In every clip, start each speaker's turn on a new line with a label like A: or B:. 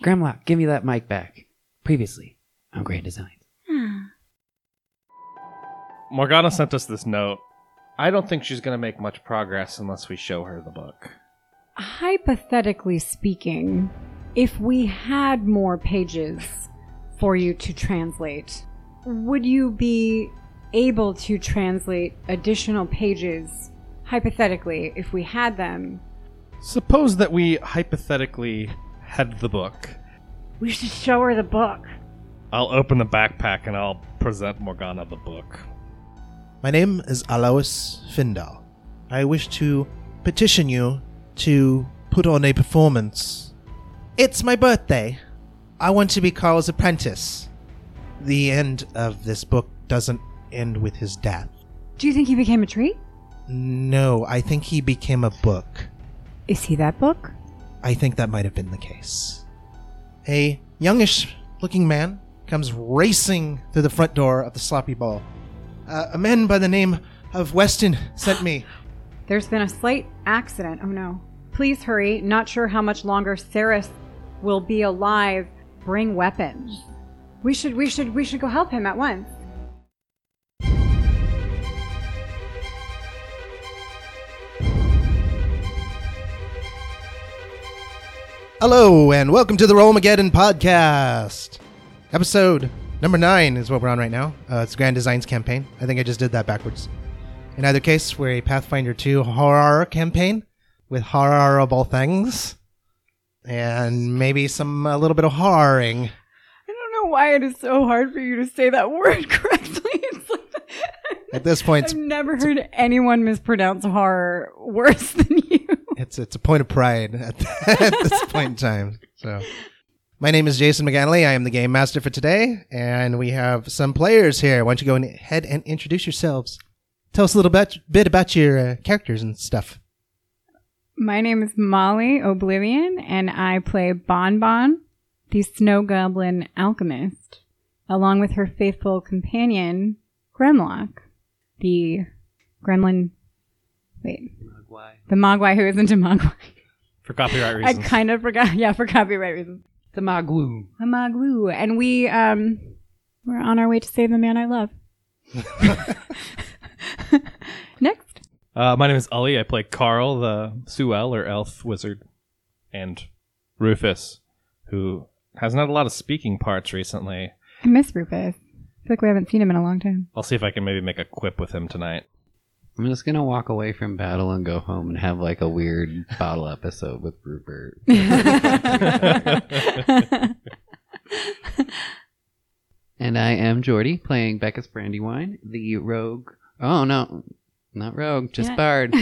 A: Gramlock, give me that mic back. Previously on Grand Designs.
B: Morgana sent us this note. I don't think she's going to make much progress unless we show her the book.
C: Hypothetically speaking, if we had more pages for you to translate, would you be able to translate additional pages? Hypothetically, if we had them,
B: Suppose that we hypothetically had the book.
D: We should show her the book.
B: I'll open the backpack and I'll present Morgana the book.
E: My name is Alois Findal. I wish to petition you to put on a performance. It's my birthday. I want to be Carl's apprentice. The end of this book doesn't end with his death.
C: do you think he became a tree?
E: No, I think he became a book.
C: Is he that book?
E: I think that might have been the case. A youngish looking man comes racing through the front door of the sloppy ball. Uh, a man by the name of Weston sent me.
C: There's been a slight accident. Oh no. Please hurry. Not sure how much longer Saris will be alive. Bring weapons. We should we should we should go help him at once.
E: Hello, and welcome to the Rollmageddon podcast. Episode number nine is what we're on right now. Uh, it's Grand Designs campaign. I think I just did that backwards. In either case, we're a Pathfinder 2 horror campaign with horrible things and maybe some a little bit of horroring.
C: I don't know why it is so hard for you to say that word correctly. It's like
E: At this point,
C: I've
E: it's-
C: never heard anyone mispronounce horror worse than you.
E: it's it's a point of pride at, at this point in time. So, my name is Jason McAnally. I am the game master for today, and we have some players here. Why don't you go and- ahead and introduce yourselves? Tell us a little bit, bit about your uh, characters and stuff.
C: My name is Molly Oblivion, and I play Bon Bon, the snow goblin alchemist, along with her faithful companion, Gremlock, the gremlin. Wait. The Mogwai who isn't a Mogwai.
B: For copyright
C: I
B: reasons.
C: kind of forgot. Yeah, for copyright reasons.
A: The Magwoo.
C: The Mogwai. And we, um, we're on our way to save the man I love. Next.
B: Uh, my name is Uli. I play Carl, the Suel or elf wizard, and Rufus, who has not a lot of speaking parts recently.
C: I miss Rufus. I feel like we haven't seen him in a long time.
B: I'll see if I can maybe make a quip with him tonight.
A: I'm just gonna walk away from battle and go home and have like a weird bottle episode with Rupert. and I am Jordy playing Becca's Brandywine, the rogue. Oh no, not rogue, just
C: Yeah.
A: bard,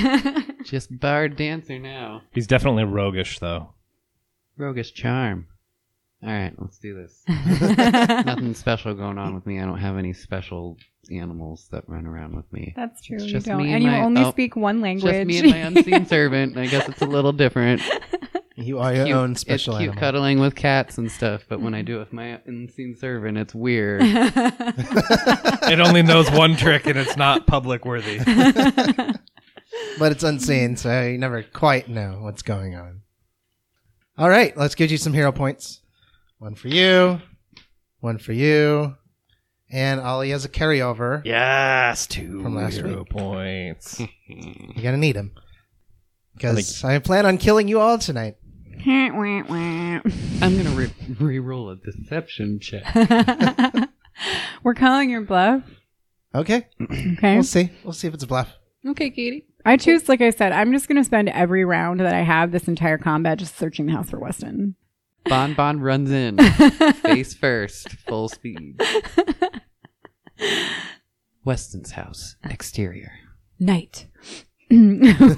A: just bard dancer now.
B: He's definitely roguish, though.
A: Roguish charm. All right, let's do this. Nothing special going on with me. I don't have any special animals that run around with me.
C: That's true.
A: It's
C: you
A: just
C: don't.
A: me
C: and
A: and
C: you
A: my-
C: only
A: oh,
C: speak one language.
A: Just me and my unseen servant. I guess it's a little different.
E: You are your
A: Cute-
E: own special
A: it's cute
E: animal.
A: cuddling with cats and stuff, but when I
C: Mm-hmm.
A: do it with my unseen servant, it's weird.
B: it only knows one trick, and it's not public worthy.
E: but it's unseen, so you never quite know what's going on. All right, let's give you some hero points. One for you, one for you, and Ollie has a carryover.
B: Yes, two
E: From last
B: hero
E: week.
B: points.
E: You're gonna need him because I plan on killing you all tonight.
A: I'm gonna re- re-roll a deception check.
C: We're calling your bluff.
E: Okay,
C: Okay.
E: we'll see. We'll see if it's a bluff.
A: okay, Katie.
C: I choose, like I said, I'm just going to spend every round that I have this entire combat just searching the house for Weston.
A: Bon Bon runs in face first, full speed. Weston's house, exterior,
C: Night. oh,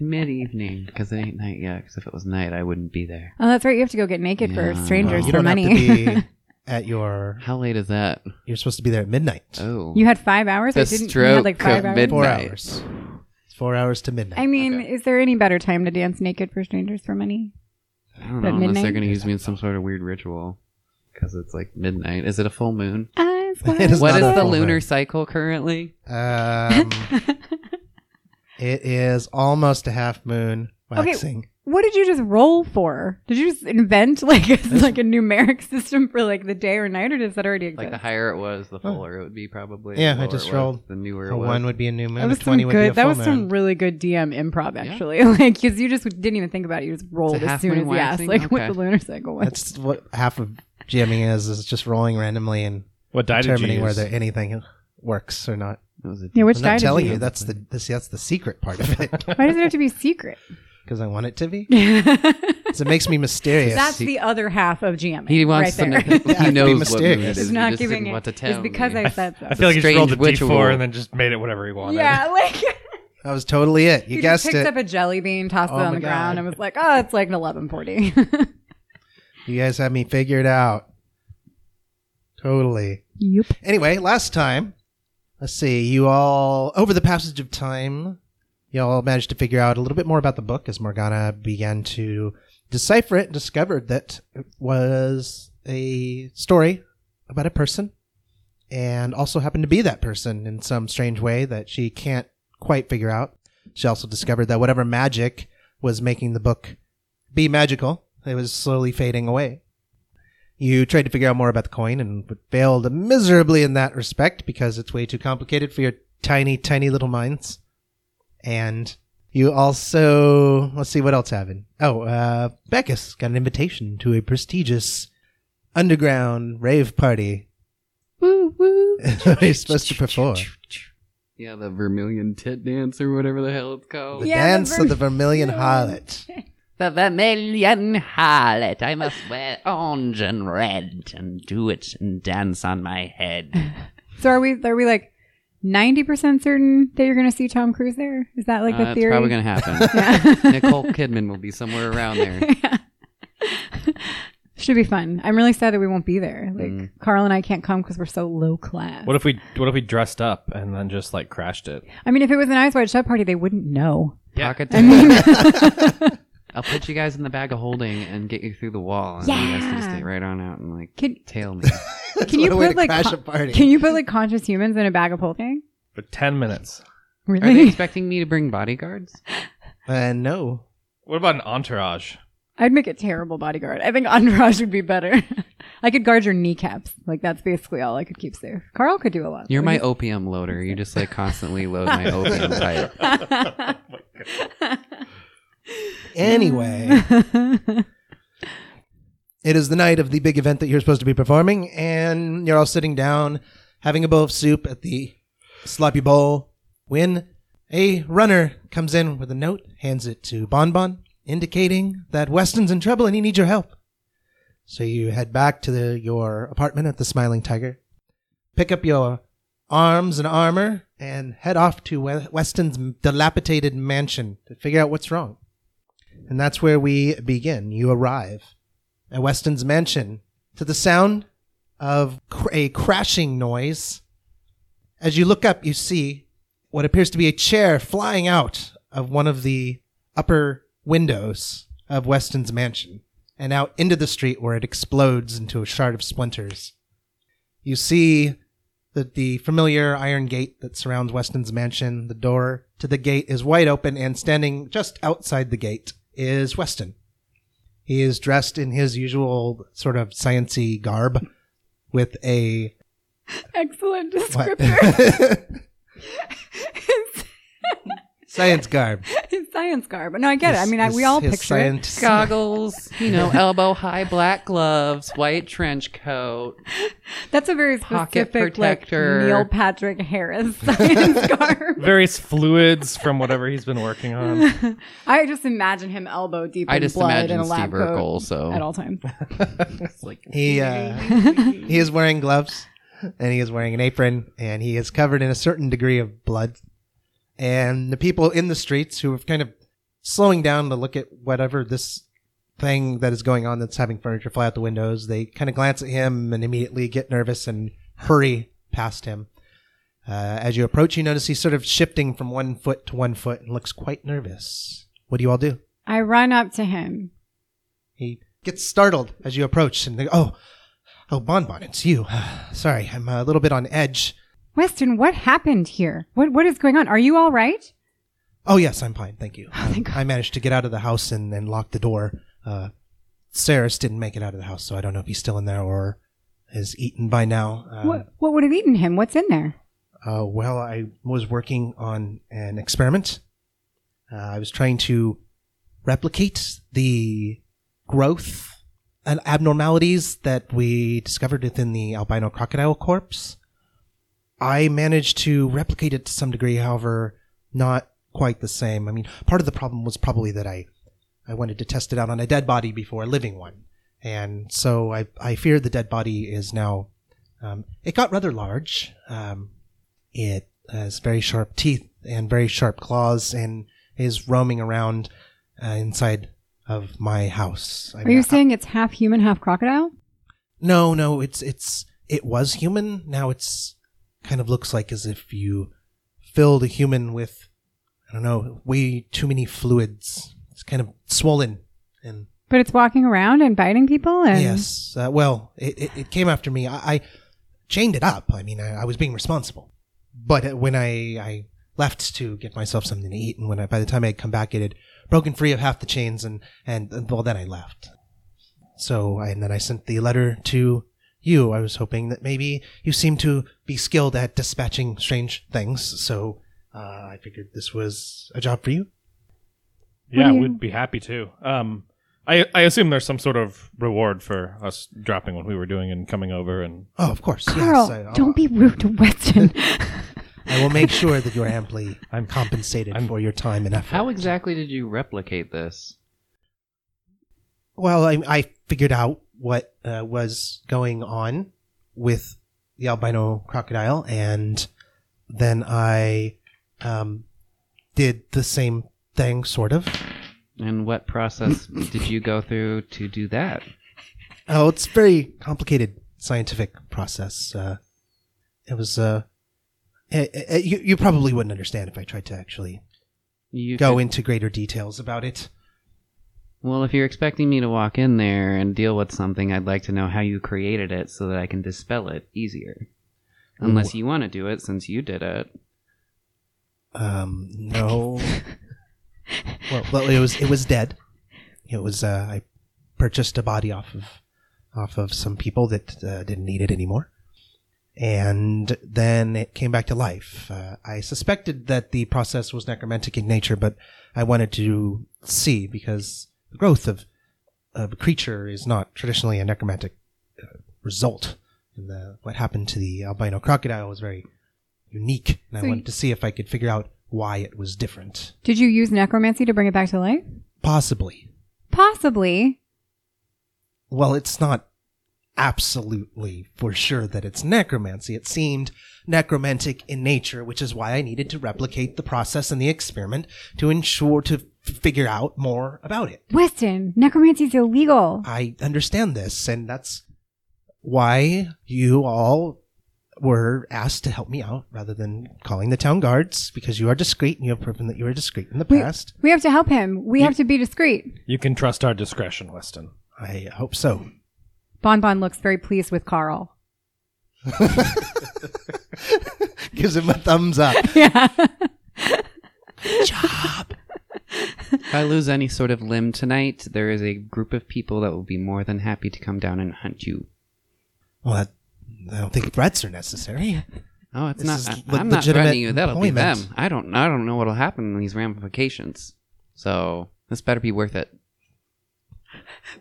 A: mid evening because it ain't night yet. Because if it was night, I wouldn't be there.
C: that's right. You have to go get naked for
A: Yeah.
C: strangers
E: you
C: for
E: don't
C: money.
E: have to be at your.
A: How late is that?
E: You're supposed to be there at midnight.
A: Oh,
C: you had five hours.
A: The
C: I didn't. You had like
A: stroke of
C: five hours.
A: mid-
E: Four
A: midnight.
E: hours. Four hours to midnight.
C: I mean,
A: Okay.
C: is there any better time to dance naked for strangers for money?
A: I don't know
C: But
A: unless they're
C: midnight?
A: gonna use me in some sort of weird ritual because it's like midnight. Is it a full moon?
C: Eyes wide
E: It is It's
A: what
E: not
A: is
E: a
A: the
E: full moon.
A: lunar cycle currently?
E: um, it is almost a half moon
C: Okay.
E: waxing.
C: What did you just roll for? Did you just invent like a, like a numeric system for like the day or night, or does that already exist?
A: Like the higher it was, the fuller it would be probably. the
E: Yeah, I
A: lower
E: just
A: it was,
E: rolled
A: The newer it
E: A
A: was.
E: one would be a new moon.
C: that was
E: a
C: some
E: twenty would be a
C: good. That
E: full
C: was some
E: moon.
C: really good DM improv, actually. Like, because you just didn't even think about it; you just rolled
A: It's a
C: as soon as you
A: halfling
C: asked,
A: waxing?
C: like what
A: Okay.
C: the lunar cycle was.
E: That's what half of GMing is: is just rolling randomly and
B: What die did you
E: determining
B: use?
E: whether anything works or not.
A: It was a
C: yeah, which
E: I'm
C: die
E: not
C: did
E: telling you.
C: you?
E: That's the this, that's the secret part of it
C: Why does it have to be secret?
E: because I want it to be.
C: That's
E: 'Cause it makes me mysterious.
C: the other half of GM.
A: He wants
C: right
A: to know. he
C: there.
E: Yeah, it'd be
A: knows what
E: mysterious.
A: moon it
E: It's
A: is.
C: He's
A: he
C: not
A: just
C: giving
A: didn't
C: it.
A: want to tell
C: It's because
A: me.
C: I said so.
B: I feel like you just
A: Strange
B: rolled a d4
A: ritual.
B: and then just made it whatever you wanted.
C: yeah, like
E: that was totally it. You
C: He just
E: guessed
C: picked
E: it.
C: up a jelly bean, tossed
E: Oh
C: it
E: my
C: on the
E: God.
C: ground, and was like, "Oh, it's like an eleven forty.
E: you guys had me figured out. Totally.
C: Yep.
E: Anyway, last time, let's see, you all, over the passage of time, you all managed to figure out a little bit more about the book as Morgana began to decipher it and discovered that it was a story about a person and also happened to be that person in some strange way that she can't quite figure out. She also discovered that whatever magic was making the book be magical, it was slowly fading away. You tried to figure out more about the coin and failed miserably in that respect because it's way too complicated for your tiny, tiny little minds. And you also, let's see what else happened. Oh, uh, Beckus got an invitation to a prestigious underground rave party.
C: Woo woo.
E: that he's supposed to perform.
A: Yeah, the vermilion tit dance or whatever the hell it's called.
E: The
C: Yeah, the
E: dance of the vermilion
C: vermilion.
E: harlot.
A: The vermilion harlot. I must wear orange and red and do it and dance on my head.
C: So are we? Are we like ninety percent certain that you're going to see Tom Cruise there? Is that like
A: Uh,
C: the
A: it's
C: theory?
A: probably going to happen.
C: Yeah.
A: Nicole Kidman will be somewhere around there.
C: Yeah. Should be fun. I'm really sad that we won't be there. Like
A: Mm.
C: Carl and I can't come because we're so low class.
B: What if we What if we dressed up and then just like crashed it?
C: I mean, if it was an eyes wide shut party, they wouldn't know.
A: Pocket
C: I mean,
A: I'll put you guys in the bag of holding and get you through the wall, and you guys can
C: Yeah.
A: stay right on out and like
C: can
A: tail me.
E: That's
C: Can you
E: what a way
C: put,
E: to
C: like,
E: crash
C: co-
E: a party.
C: can you put like conscious humans in a bag of holding?
B: For ten minutes.
A: Are they
C: Really?
A: expecting me to bring bodyguards?
E: uh, no.
B: What about an entourage?
C: I'd make a terrible bodyguard. I think entourage would be better. I could guard your kneecaps. Like that's basically all I could keep safe. Carl could do a lot.
A: You're my
C: Like,
A: opium loader. You just like constantly load my opium pipe.
E: Anyway. it is the night of the big event that you're supposed to be performing, and you're all sitting down having a bowl of soup at the sloppy bowl when a runner comes in with a note, hands it to Bonbon, indicating that Weston's in trouble and he needs your help. So you head back to the, your apartment at the Smiling Tiger, pick up your arms and armor, and head off to We- Weston's dilapidated mansion to figure out what's wrong. And that's where we begin. You arrive at Weston's mansion to the sound of cr- a crashing noise. As you look up, you see what appears to be a chair flying out of one of the upper windows of Weston's mansion and out into the street where it explodes into a shard of splinters. You see that the familiar iron gate that surrounds Weston's mansion, the door to the gate is wide open and standing just outside the gate is Weston. He is dressed in his usual sort of sciency garb with a
C: excellent
E: what?
C: descriptor.
E: science garb.
C: His science garb. No, I get it. I
E: His-
C: mean, I, we
E: his-
C: all
E: his
C: picture it.
E: science-
A: Goggles, you know, elbow high black gloves, white trench coat.
C: That's a very
A: Pocket
C: specific, like
A: protector.
C: Neil Patrick Harris science garb.
B: Various fluids from whatever he's been working on.
C: I just imagine him elbow deep
A: I
C: in
A: just
C: blood in
A: imagine
C: a
A: Steve
C: lab coat
A: Urkel. So
C: at all times.
A: It's like
E: He uh, he is wearing gloves and he is wearing an apron and he is covered in a certain degree of blood. And the people in the streets who are kind of slowing down to look at whatever this thing that is going on that's having furniture fly out the windows, they kind of glance at him and immediately get nervous and hurry past him. Uh, as you approach, you notice he's sort of shifting from one foot to one foot and looks quite nervous. What do you all do?
C: I run up to him.
E: He gets startled as you approach and they oh, oh, Bonbon, it's you. Sorry, I'm a little bit on edge.
C: Weston, what happened here? What what is going on? Are you all right?
E: Oh yes, I'm fine. Thank you.
C: Oh, thank
E: Um,
C: God.
E: I managed to get out of the house and, and lock the door. Uh, Saris didn't make it out of the house, so I don't know if he's still in there or is eaten by now. Um,
C: what what would have eaten him? What's in there?
E: Uh, well, I was working on an experiment. Uh, I was trying to replicate the growth and abnormalities that we discovered within the albino crocodile corpse. I managed to replicate it to some degree, however, not quite the same. I mean, part of the problem was probably that I, I wanted to test it out on a dead body before a living one. And so I, I fear the dead body is now, um, it got rather large. Um, it has very sharp teeth and very sharp claws and is roaming around uh, inside of my house. I
C: Are
E: mean,
C: you
E: I-
C: saying it's half human, half crocodile?
E: no, no, it's it's it was human. Now it's kind of looks like as if you filled a human with I don't know, way too many fluids. It's kind of swollen and
C: But it's walking around and biting people and
E: yes, uh, well, it, it it came after me. I, I chained it up. I mean, I, I was being responsible. But uh, when I I left to get myself something to eat, and when I by the time I had come back, it had broken free of half the chains, and and and, well, then I left. So I- and then I sent the letter to you. I was hoping that maybe you seem to be skilled at dispatching strange things, so uh, I figured this was a job for you.
C: What
B: Yeah,
C: do you-
B: we'd be happy to. Um, I I assume there's some sort of reward for us dropping what we were doing and coming over, and
E: Oh, of course.
C: Carl,
E: yes, I,
C: don't be rude to Weston.
E: I will make sure that you're amply
B: I'm-
E: compensated
B: I'm-
E: for your time and effort.
A: How exactly did you replicate this?
E: Well, I, I figured out what uh, was going on with the albino crocodile, and then I um, did the same thing, sort of.
A: And what process did you go through to do that?
E: Oh, it's a very complicated scientific process. Uh, it was. Uh, eh, eh, eh, you, you probably wouldn't understand if I tried to actually
A: You
E: go
A: could-
E: into greater details about it.
A: Well, if you're expecting me to walk in there and deal with something, I'd like to know how you created it so that I can dispel it easier. Unless you want to do it since you did it.
E: Um, no. well, well, it was it was dead. It was uh, I purchased a body off of off of some people that uh, didn't need it anymore, and then it came back to life. Uh, I suspected that the process was necromantic in nature, but I wanted to see because the growth of of a creature is not traditionally a necromantic uh, result. And the, what happened to the albino crocodile was very unique,
C: So
E: and I
C: you-
E: wanted to see if I could figure out why it was different.
C: Did you use necromancy to bring it back to life?
E: Possibly.
C: Possibly.
E: Well, it's not absolutely for sure that it's necromancy. It seemed necromantic in nature, which is why I needed to replicate the process and the experiment to ensure to f- figure out more about it.
C: Weston, necromancy is illegal.
E: I understand this, and that's why you all were asked to help me out rather than calling the town guards because you are discreet and you have proven that you are discreet in the
C: We,
E: past.
C: we have to help him. We have to be discreet.
B: you can trust our discretion, Weston.
E: I hope so.
C: Bon Bon looks very pleased with Carl.
E: Gives him a thumbs up.
C: Yeah.
A: If I lose any sort of limb tonight, there is a group of people that will be more than happy to come down and hunt you.
E: Well, that, I don't think threats are necessary.
A: Oh, it's
E: This
A: not.
E: is
A: I,
E: le-
A: I'm not
E: legitimate
A: threatening you. That'll
E: employment.
A: be them. I don't. I don't know what'll happen in these ramifications. So this better be worth it.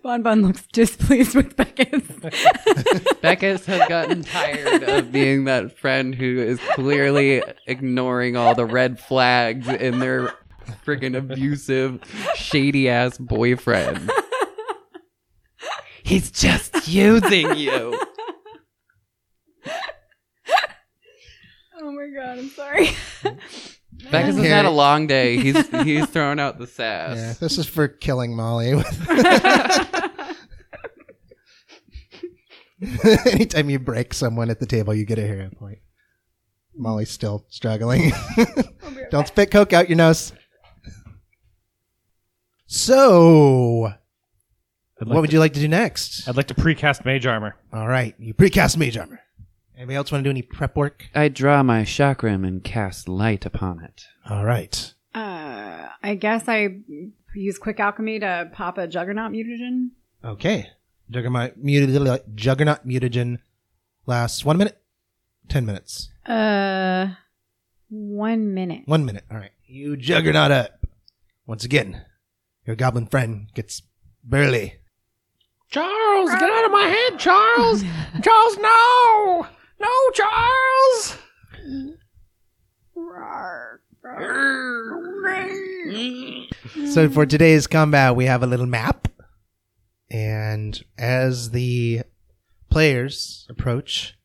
C: bon Bon looks displeased with Beckus.
A: Beckus has gotten tired of being that friend who is clearly ignoring all the red flags in their friggin' abusive, shady ass boyfriend. He's just using you.
C: oh my god, I'm sorry.
A: Beckus has had a long day. He's he's throwing out the sass.
E: Yeah, this is for killing Molly. Anytime you break someone at the table, you get a hero point. Molly's still struggling. Don't spit coke out your nose. So,
B: I'd like
E: what would
B: to,
E: you like to do next?
B: I'd like to precast mage armor.
E: All right, you precast mage armor. Anybody else want to do any prep work?
A: I draw my chakram and cast light upon it.
E: All right.
C: Uh, I guess I use quick alchemy to pop a juggernaut mutagen.
E: Okay. Juggernaut, muti- juggernaut mutagen lasts one minute, ten minutes.
C: Uh, one minute.
E: One minute. All right. You juggernaut up. Once again, your goblin friend gets burly.
F: Charles, get out of my head, Charles! Charles, no! No, Charles!
E: So for today's combat, we have a little map, and as the players approach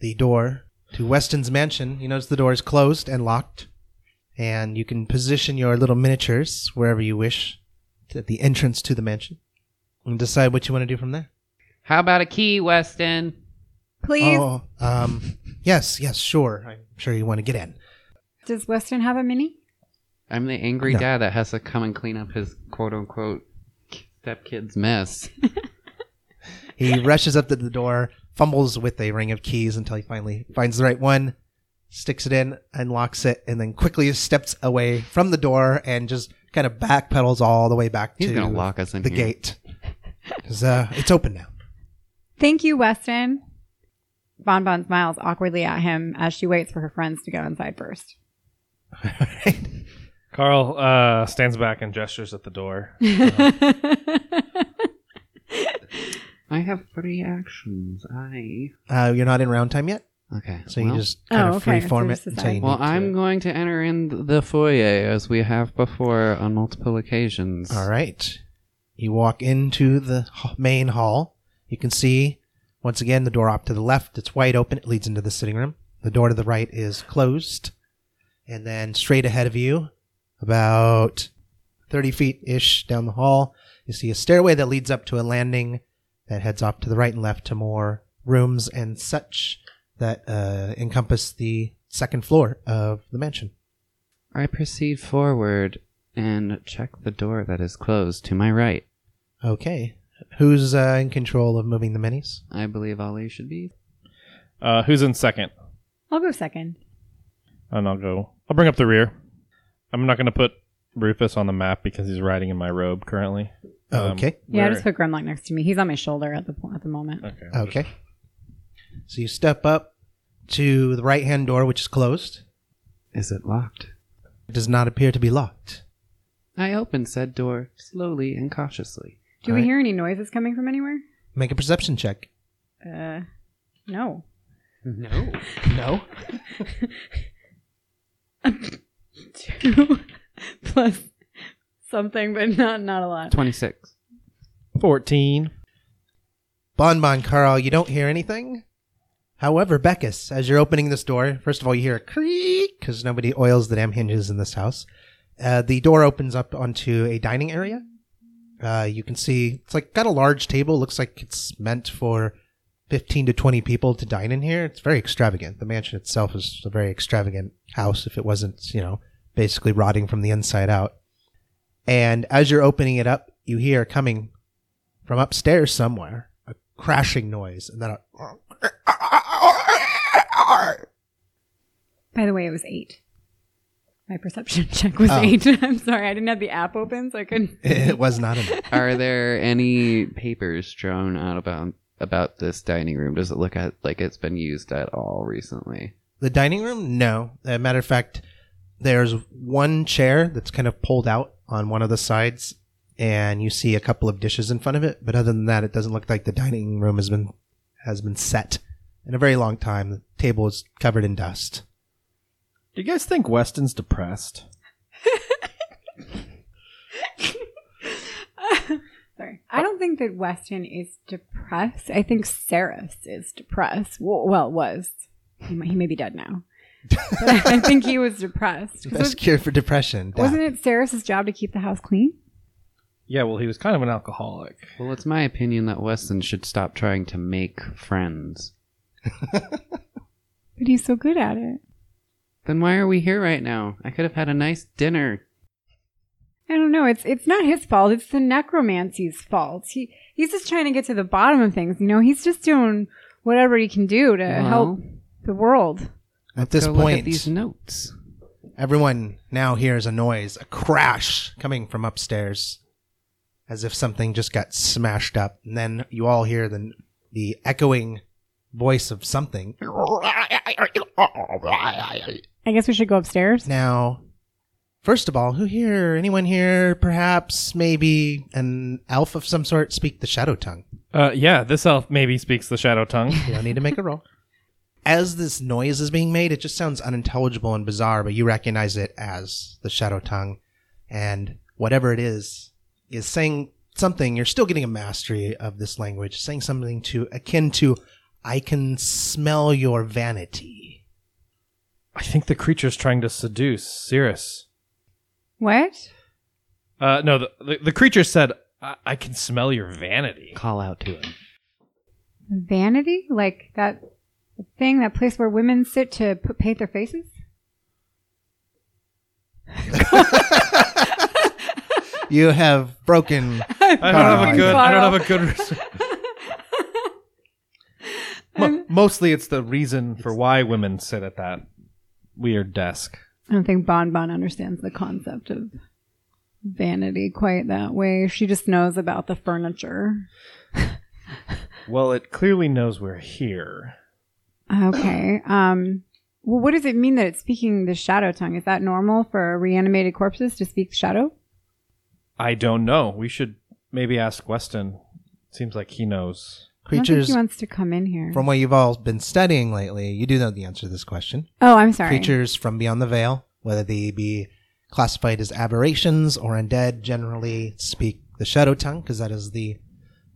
E: the door to Weston's mansion, you notice the door is closed and locked, and you can position your little miniatures wherever you wish at the entrance to the mansion, and decide what you want to do from there.
A: How about a key, Weston?
C: Please.
E: Oh, um, yes, yes, sure. I'm sure you want to get in.
C: Does Weston have a mini?
A: I'm the angry
E: No.
A: dad that has to come and clean up his quote unquote stepkid's mess.
E: He rushes up to the door, fumbles with a ring of keys until he finally finds the right one, sticks it in, unlocks it, and then quickly steps away from the door and just kind of backpedals all the way back
A: He's
E: to
A: gonna lock us in
E: the
A: here.
E: gate. 'Cause, uh, it's open now.
C: Thank you, Weston. Bonbon smiles awkwardly at him as she waits for her friends to go inside first.
B: Carl uh, stands back and gestures at the door.
A: I have three actions. I
E: Uh, you're not in round time yet,
A: okay.
E: so
A: well-
E: you just kind
C: Oh,
E: of
C: okay,
E: freeform
C: so
E: it
C: just
E: until
C: decide.
E: you
A: Well,
E: need
A: I'm going to enter in the foyer as we have before on multiple occasions.
E: to. All right. You walk into the h- main hall. You can see, once again, the door up to the left. It's wide open. It leads into the sitting room. The door to the right is closed. And then straight ahead of you, about 30 feet ish down the hall, you see a stairway that leads up to a landing that heads off to the right and left to more rooms and such that uh, encompass the second floor of the mansion.
A: I proceed forward and check the door that is closed to my right.
E: Okay. Who's uh, in control of moving the minis?
A: I believe Ali should be.
B: Uh, who's in second?
C: I'll go second.
B: And I'll go. I'll bring up the rear. I'm not going to put Rufus on the map because he's riding in my robe currently. Um,
E: Okay.
C: Yeah, I
B: we're-
C: just put Grimlock next to me. He's on my shoulder at the at the moment.
E: Uh,
B: Okay.
E: Okay. So you step up to the right hand door, which is closed.
A: Is it locked?
E: It does not appear to be locked.
A: I open said door slowly and cautiously.
C: Do we
E: Alright.
C: hear any noises coming from anywhere?
E: Make a perception check.
C: Uh, no.
A: No.
E: No.
C: Two plus something, but not not a lot.
A: 26.
B: 14.
E: Bon Bon Carl, you don't hear anything. However, Beckus, as you're opening this door, first of all, you hear a creak because nobody oils the damn hinges in this house. Uh, the door opens up onto a dining area. Uh, you can see it's like got a large table. Looks like it's meant for 15 to 20 people to dine in here. It's very extravagant. The mansion itself is a very extravagant house if it wasn't, you know, basically rotting from the inside out. And as you're opening it up, you hear coming from upstairs somewhere a crashing noise and then a
C: By the way, it was eight. My perception check was
E: Oh.
C: eight. I'm sorry, I didn't have the app open, so I couldn't.
E: it was not enough.
A: Are there any papers strewn out about about this dining room? Does it look at, like it's been used at all recently?
E: The dining room? No. As a matter of fact, there's one chair that's kind of pulled out on one of the sides, and you see a couple of dishes in front of it. But other than that, it doesn't look like the dining room has been has been set in a very long time. The table is covered in dust.
B: Do you guys think Weston's depressed?
C: Sorry. I don't think that Weston is depressed. I think Saris is depressed. Well, well was. He may, he may be dead now. But I think he was depressed.
E: Best cure for depression. death.
C: Wasn't it Saris's job to keep the house clean?
B: Yeah, well, he was kind of an alcoholic.
A: Well, it's my opinion that Weston should stop trying to make friends.
C: But he's so good at it.
A: Then why are we here right now? I could have had a nice dinner.
C: I don't know. It's it's not his fault. It's the necromancy's fault. He he's just trying to get to the bottom of things. You know, he's just doing whatever he can do to
A: Well,
C: help the world.
E: At this
A: go look at
E: point,
A: these notes.
E: Everyone now hears a noise, a crash coming from upstairs, as if something just got smashed up. And then you all hear the, the echoing voice of something.
C: I guess we should go upstairs.
E: Now, first of all, who here, anyone here, perhaps, maybe an elf of some sort, speak the shadow tongue?
B: Uh, yeah, this elf maybe speaks the shadow tongue.
E: You don't need to make a roll. As this noise is being made, it just sounds unintelligible and bizarre, but you recognize it as the shadow tongue. And whatever it is, is saying something. You're still getting a mastery of this language, saying something to akin to, I can smell your vanity.
B: I think the creature's trying to seduce Cirrus.
C: What?
B: Uh, no, the, the, the creature said, I, I can smell your vanity.
A: Call out to him.
C: Vanity? Like that thing, that place where women sit to put, paint their faces?
E: You have broken.
B: I don't have a good, I don't
C: Carl.
B: have a good reason. Mo- mostly it's the reason for why women sit at that weird desk.
C: I don't think Bon Bon understands the concept of vanity quite that way. She just knows about the furniture.
B: Well, it clearly knows we're here.
C: Okay. Um. Well, what does it mean that it's speaking the shadow tongue? Is that normal for reanimated corpses to speak shadow?
B: I don't know. We should maybe ask Weston. Seems like he knows.
C: I don't think
E: Creatures,
C: he wants to come in here.
E: from what you've all been studying lately, you do know the answer to this question.
C: oh, I'm sorry.
E: creatures from beyond the veil, whether they be classified as aberrations or undead, generally speak the shadow tongue, because that is the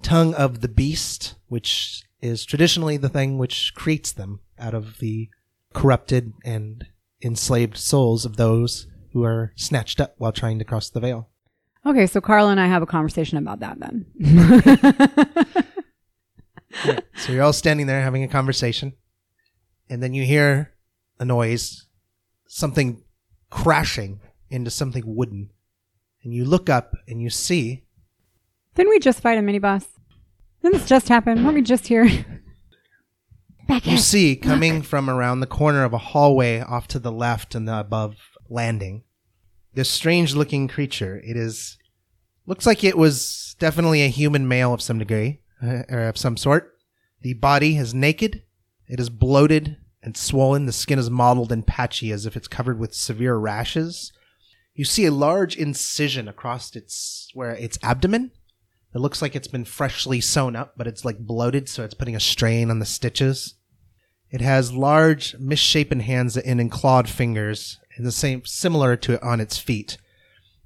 E: tongue of the beast, which is traditionally the thing which creates them out of the corrupted and enslaved souls of those who are snatched up while trying to cross the veil.
C: Okay, so Carl and I have a conversation about that then.
E: So you're all standing there having a conversation, and then you hear a noise, something crashing into something wooden, and you look up and you see
C: Didn't we just fight a mini boss? Didn't this just happen? Weren't we just here?
E: you see coming from around the corner of a hallway off to the left and the above landing this strange looking creature. It is looks like it was definitely a human male of some degree uh, or of some sort. The body is naked. It is bloated and swollen. The skin is mottled and patchy as if it's covered with severe rashes. You see a large incision across its where its abdomen. It looks like it's been freshly sewn up, but it's like bloated, so it's putting a strain on the stitches. It has large, misshapen hands that end in clawed fingers, and the same similar to it on its feet.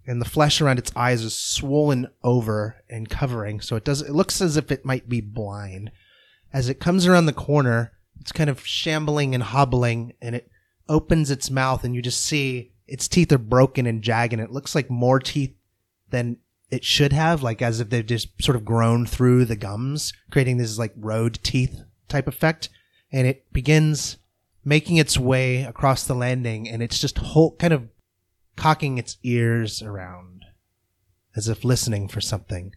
E: And the flesh around its eyes is swollen over and covering, so it does it looks as if it might be blind. As it comes around the corner, it's kind of shambling and hobbling, and it opens its mouth, and you just see its teeth are broken and jagged, and it looks like more teeth than it should have, like as if they've just sort of grown through the gums, creating this like road teeth type effect. And it begins making its way across the landing and it's just whole kind of cocking its ears around as if listening for something.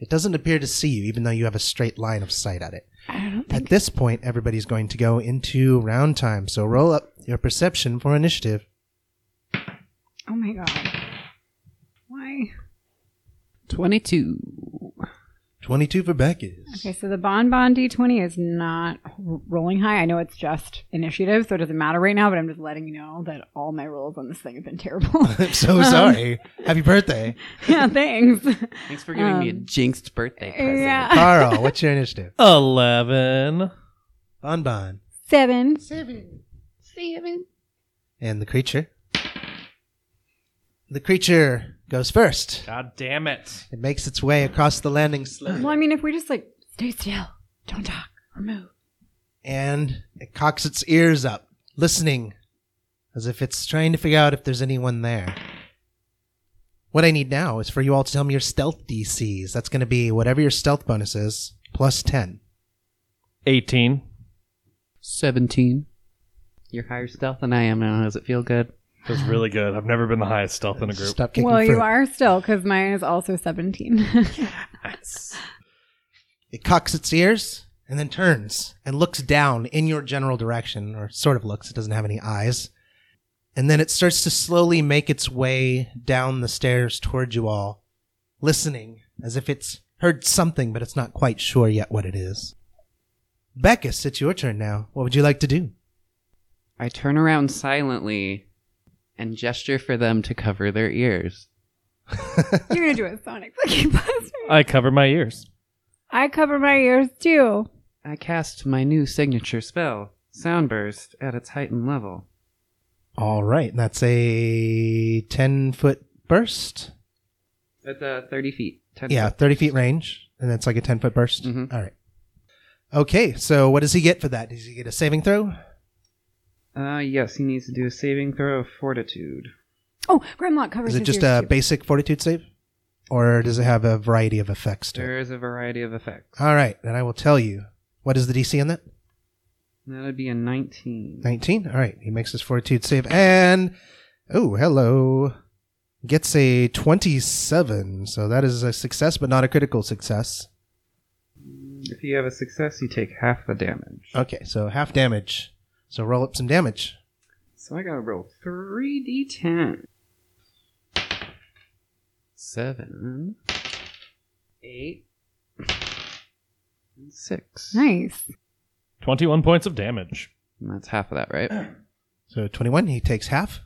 E: It doesn't appear to see you, even though you have a straight line of sight at it. At this point, everybody's going to go into round time, so roll up your perception for initiative.
C: Oh my god. Why?
A: 22.
E: 22 for Becky.
C: Okay, so the Bon Bon D20 is not r- rolling high. I know it's just initiative, so it doesn't matter right now, but I'm just letting you know that all my rolls on this thing have been terrible.
E: I'm so sorry. Happy birthday.
C: yeah, thanks.
A: Thanks for giving me a
C: Um,
A: jinxed birthday present.
C: yeah.
E: Carl, what's your initiative?
B: Eleven.
E: Bon Bon.
C: Seven.
E: And the creature. The creature goes first.
B: God damn it.
E: It makes its way across the landing slowly,
C: Well, I mean, if we just like stay still, don't talk or move.
E: and it cocks its ears up, listening, as if it's trying to figure out if there's anyone there. What I need now is for you all to tell me your stealth DCs. That's going to be whatever your stealth bonus is, plus 10.
B: Eighteen.
A: 17. You're higher stealth than I am now. Does it feel good?
B: Feels really good. I've never been the highest stealth in a group.
E: Stop kicking
C: well,
E: fruit.
C: you are still, because mine is also 17.
E: It cocks its ears and then turns and looks down in your general direction, or sort of looks. It doesn't have any eyes. And then it starts to slowly make its way down the stairs toward you all, listening as if it's heard something, but it's not quite sure yet what it is. Beckus, it's your turn now. What would you like to do?
A: I turn around silently and gesture for them to cover their ears.
C: You're gonna do a Sonic fucking blaster.
B: I cover my ears.
C: I cover my ears too.
A: I cast my new signature spell, Soundburst, at its heightened level.
E: All right, that's a 10 foot burst.
A: At uh, 30 feet. 10
E: Yeah,
A: feet.
E: 30 feet range, and that's like a 10 foot burst.
A: Mhm.
E: All right. Okay, so what does he get for that? Does he get a saving throw?
A: Uh, yes, he needs to do a saving throw of fortitude.
C: Oh, Grimlock covers
E: Is it
C: his
E: just
C: ears
E: a
C: too.
E: basic fortitude save? Or does it have a variety of effects to it?
A: There is a variety of effects.
E: All right, and I will tell you. What is the DC on that?
A: That'd be a 19.
E: 19? All right, he makes his fortitude save and. Oh, hello. Gets a 27, so that is a success, but not a critical success.
A: If you have a success, you take half the damage.
E: Okay, so half damage. So roll up some damage.
A: So I gotta roll 3d10. 7. 8. And 6.
C: nice.
B: 21 points of damage.
A: And that's half of that, right?
E: So 21, he takes half.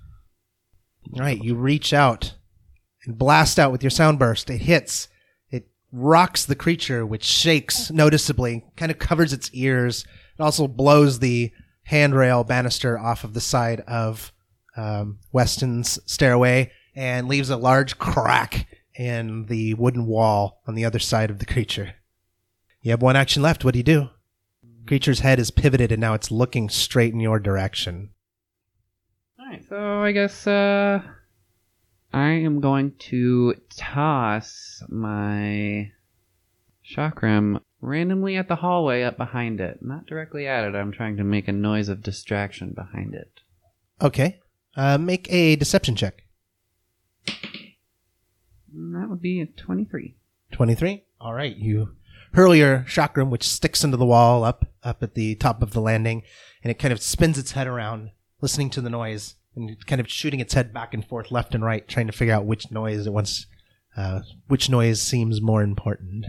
E: All right, you reach out and blast out with your sound burst. It hits. It rocks the creature, which shakes noticeably, kind of covers its ears. It also blows the handrail banister off of the side of um, Weston's stairway and leaves a large crack in the wooden wall on the other side of the creature. You have one action left. What do you do? Creature's head is pivoted and now it's looking straight in your direction.
A: Alright, so I guess uh, I am going to toss my chakram randomly at the hallway up behind it. Not directly at it, I'm trying to make a noise of distraction behind it.
E: Okay. Uh, make a deception check.
A: And that would be a 23.
E: 23. All right. You hurl your chakram, which sticks into the wall up, up at the top of the landing, and it kind of spins its head around, listening to the noise, and kind of shooting its head back and forth, left and right, trying to figure out which noise it wants, uh, which noise seems more important.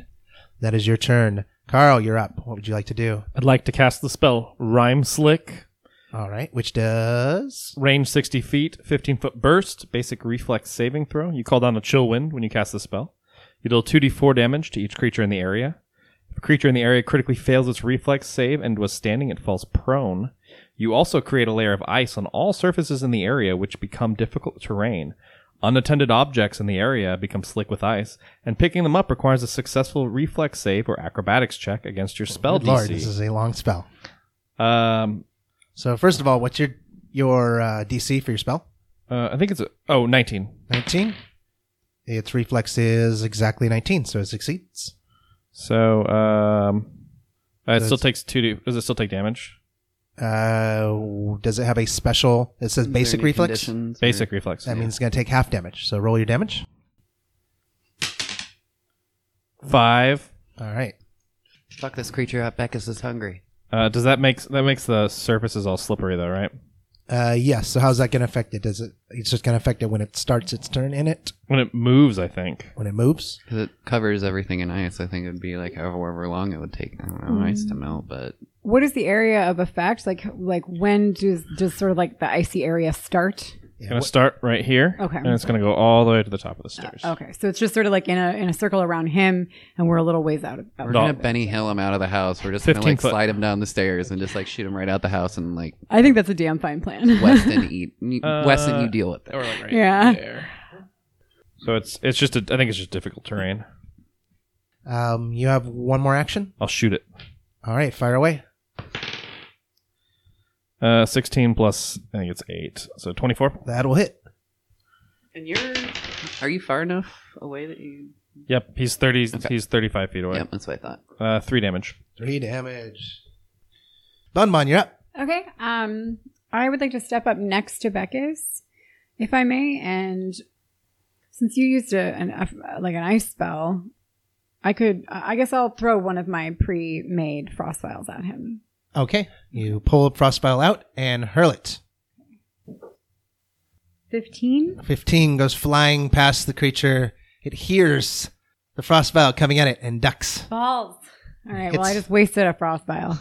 E: That is your turn. Carl, you're up. What would you like to do?
B: I'd like to cast the spell Rhyme Slick.
E: All right. Which does.
B: Range 60 feet, 15 foot burst, basic reflex saving throw. You call down a chill wind when you cast the spell. You deal 2d4 damage to each creature in the area. If a creature in the area critically fails its reflex save and was standing, it falls prone. You also create a layer of ice on all surfaces in the area, which become difficult terrain. Unattended objects in the area become slick with ice, and picking them up requires a successful reflex save or acrobatics check against your spell
E: Oh, Good Lord,
B: DC.
E: this is a long spell.
B: um,
E: So first of all, what's your your uh, DC for your spell?
B: uh, I think it's a, oh 19.
E: 19. Its reflex is exactly 19, so it succeeds.
B: So, um, uh, it
E: So
B: still
E: it's-
B: takes two. To, does it still take damage?
E: Uh, does it have a special? It says
A: Is there
E: basic
A: any
E: reflex.
A: conditions or-
B: Basic reflex.
E: That means it's going to take half damage. So roll your damage.
B: five.
E: All right.
A: Fuck this creature up. Beckus is hungry.
B: Uh, does that makes that makes the surfaces all slippery though, right?
E: Uh, yes. So how's that going to affect it? Does it? It's just going to affect it when it starts its turn in it,
B: When it moves, I think.
E: when it moves.
A: Because it covers everything in ice. I think it would be like however long it would take, I don't know, ice to melt, but
C: What is the area of effect? Like, like when does does sort of like the icy area start?
B: It's gonna start right here.
C: Okay. Uh,
B: And it's gonna go all the way to the top of the stairs.
C: Okay, so it's just sort of like in a in a circle around him, and we're a little ways out of.
A: we're
C: Out.
A: gonna
B: Dog.
A: Benny Hill him out of the house. We're just gonna
B: 15
A: like
B: foot.
A: slide him down the stairs and just like shoot him right out the house and like
C: I think that's a damn fine plan.
A: Weston eat you-
B: Uh,
A: Weston, you deal with it.
B: Or like right
C: Yeah.
B: there. So it's it's just a, I think it's just difficult terrain.
E: Um, you have one more action.
B: I'll shoot it.
E: All right. Fire away.
B: Uh, sixteen plus I think it's eight, so twenty-four.
E: That will hit.
A: And you're are you far enough away that you?
B: Yep, he's thirty.
A: Okay.
B: He's thirty-five feet away.
A: Yep, that's what I thought.
B: Uh, three damage.
E: Three damage. Bonbon, you're up.
C: Okay. Um, I would like to step up next to Beckus, if I may, and since you used a, an a- like an ice spell, I could. I guess I'll throw one of my pre-made frost vials at him.
E: Okay. You pull Frostbile out and hurl it.
C: 15?
E: 15 goes flying past the creature. It hears the frost vial coming at it and ducks.
C: Balls. All right, well, I
E: Hits.
C: just wasted a frost vial.